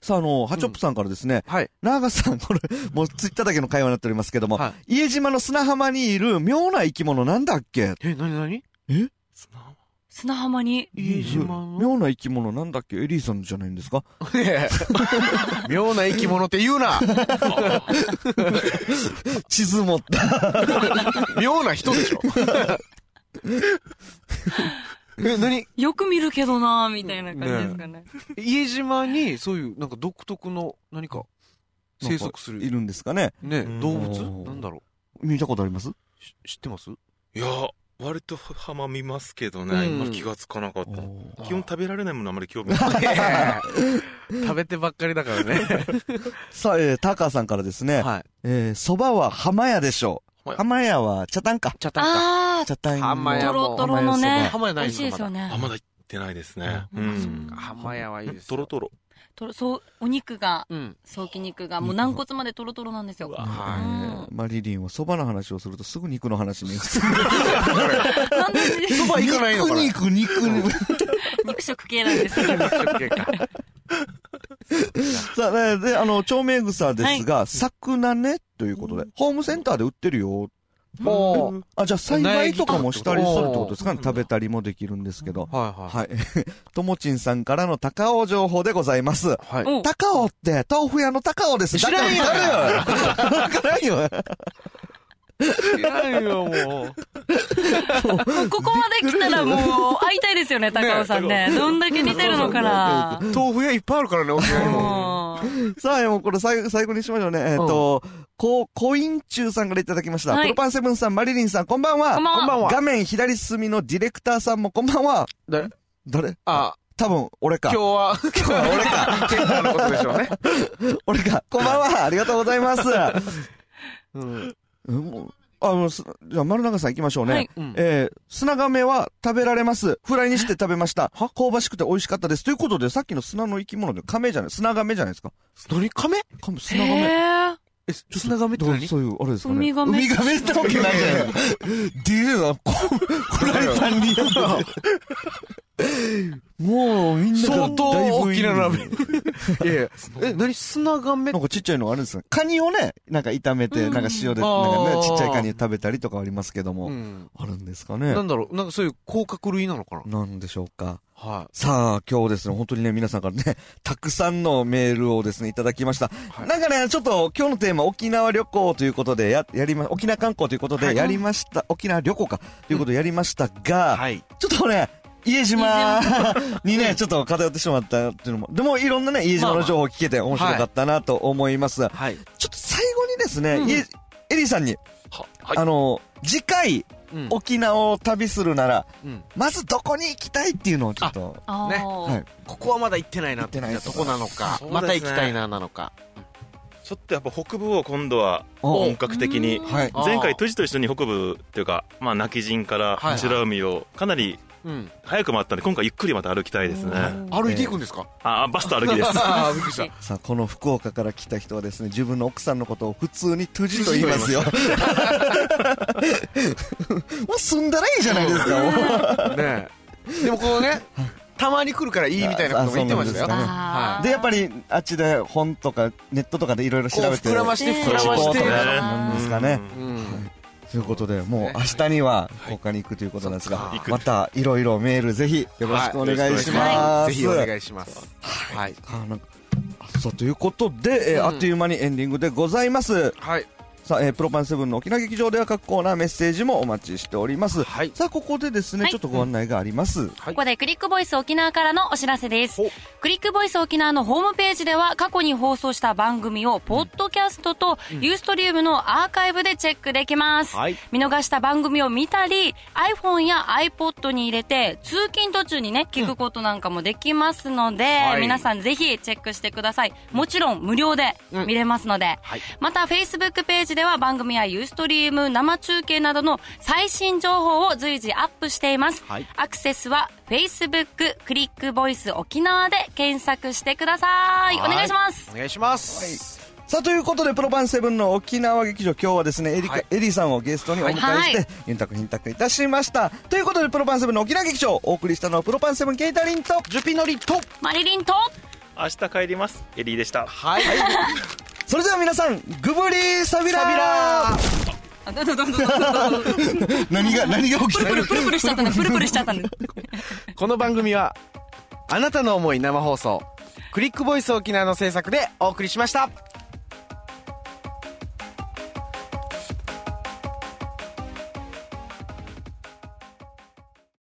さあ、あの、ハチョップさんからですね、い。はい。長さん、これ、 (laughs) もうツイッターだけの会話になっておりますけども、は家島の砂浜にいる妙な生き物なんだっけえ、なになに砂砂浜に。家島の妙な生き物なんだっけエリーさんじゃないんですかねえ (laughs) 妙な生き物って言うな地図持った。妙な人で (laughs) しょえ、何よく見るけどなみたいな感じですかね。家島にそういうなんか独特の何か生息すいるるんですかねねうん動うん物なんだろ見たことありますうし知ってますいや、割と浜見ますけどうんね、今気がつかなかった。ー基本食べられないものあまり興味ない。食べてばっかりだからねさあ、えー、タカさんからですね、はいえー、蕎麦は浜屋でしょう。浜屋浜屋は茶炭か。茶炭かあ茶炭浜あ、屋とろとろのね。浜屋美ない味しいのでますよだあ、ね。まだ行ってないですね。ううんん。浜屋はいいですトロよトロ。とろそう、お肉が、うん早期肉が、もう軟骨までとろとろなんですよ。うえわはーマリリンは蕎麦の話をするとすぐ肉の話に。なんで、そば行かないのかな肉、肉、肉。肉食系なんです。さあ、えーで、あの、長命草ですが、桜ね、ということで、ホームセンターで売ってるよ。もうあ、じゃあ栽培とかもしたりするってことですかね。苗木とか食べたりもできるんですけど。はいははい。 (laughs) ともちんさんからの高尾情報でございます。いはいお高尾って、豆腐屋の高尾です。知らんよだから誰よ。わからんよ。知らんよ、もここまで来たらもう会いたいですよね、高尾さんね。どんだけ似てるのかな。う。豆腐屋いっぱいあるからね、沖縄にも。もうさあ、もうこれ (laughs) 最後、最後にしましょうね。えっ、と、こう、コインチューさんからいただきました。はいプロパンセブンさん、マリリンさん、こんばんは。こんばんはこんばんは画面左隅のディレクターさんもこんばんは。誰誰あ、多分、俺か今日。は、今日は俺か。 (laughs) ケンタのことでしょうね。俺 (laughs) か。こんばんは。ありがとうございます。 (laughs) うん。もうあ、もうす、じゃあ丸永さん行きましょうね。はいうんえー、砂亀は食べられます。フライにして食べました。香ばしくて美味しかったです。ということで、さっきの砂の生き物で、亀じゃない、砂亀じゃないですか。う。何亀亀、砂亀。へえ、砂亀ってどう何そういう、あれですかぇ、ね海。亀。ウミガメって (laughs) わけないじゃないですか。DJ が、こフライパンに。 (laughs) もう、みんなが相当だいぶい大いきな鍋。いやいや、え、何砂亀なんかちっちゃいのがあるんですね。カニをね、なんか炒めて、うんなんか塩で、なんかね、ちっちゃいカニ食べたりとかありますけども、うん。あるんですかねな。んだろう、なんかそういう甲殻類なのかななんでしょうか。はさあ、今日ですね、本当にね、皆さんからね、 (laughs) たくさんのメールをですね、いただきました。なんかね、ちょっと今日のテーマ、沖縄旅行ということで、や、やりま、沖縄観光ということで、やりました、沖縄旅行か、ということでやりましたい。が、はい。ちょっとね、家島 (laughs) にね、ちょっと偏ってしまったっていうのも、でもいろんなね、家島の情報聞けて面白かったなと思います。はい。ちょっと最後にですね、うん家エリーさんに、はあの、次回、うん沖縄を旅するなら、うんまずどこに行きたいっていうのをちょっと、あねーはいここはまだ行ってないなって行ってないとこなのか、そうですねまた行きたいななのか。ちょっとやっぱ北部を今度はお本格的にうんはい。あー前回トジと一緒に北部っていうか、まあ、泣き陣からはいはい白海をかなりうん。早く回ったんで今回ゆっくりまた歩きたいですね歩いていくんですかああバスと歩きです (laughs) (laughs) ああ、びっくりした。さあ、この福岡から来た人はですね、自分の奥さんのことを普通にトゥジと言いますよ。もう住んだらいいじゃないですか、もう。ねえでもこのね、たまに来るからいいみたいなことも言ってましたあそうなんですかよ。ねあーで、やっぱり、あっちで本とか、ネットとかでいろいろ調こうべて。膨らまして膨らまそしうそうてそう。あなーんですかね。うんということで、もう明日には福岡に行くということなんですがそっか、またいろいろメールぜひよろしくお願いしまぜす。ひお願いします。はい。あなんかあそうということで、えーうんあっという間にエンディングでございます。はい。さあ、えープロパンセブンの沖縄劇場では各コーナーメッセージもお待ちしております。はい。さあ、ここでですね、はいちょっとご案内があります。ここでクリックボイス沖縄からのお知らせですお。クリックボイス沖縄のホームページでは過去に放送した番組をポッドキャストとユーストリームのアーカイブでチェックできます。はい見逃した番組を見たり、iPhone や iPod に入れて通勤途中にね、聞くことなんかもできますので、い皆さんぜひチェックしてください。もちろん無料で見れますので、また Facebook ページでは番組やユーストリーム生中継などの最新情報を随時アップしています。はいアクセスは Facebook クリックボイス沖縄で検索してください。お願いしますお。願いします。さあ、ということで、プロパンセブンの沖縄劇場、今日はですね、エリカ、はいエリーさんをゲストにお迎えして、はユンタクヒンタクいたしました。ということで、プロパンセブンの沖縄劇場、お送りしたのは、プロパンセブンケイタリンと、ジュピノリと、マリリンと、明日帰りますエリーでしたはい。それでは皆さん、グブリーサビラーサビラーあ、どうぞどうぞどうぞどう (laughs) ぞ。何が、何が起きプルプルプルプルしちゃったね。プルプルしちゃったね。この番組は、あなたの思い生放送、クリックボイス沖縄の制作でお送りしました。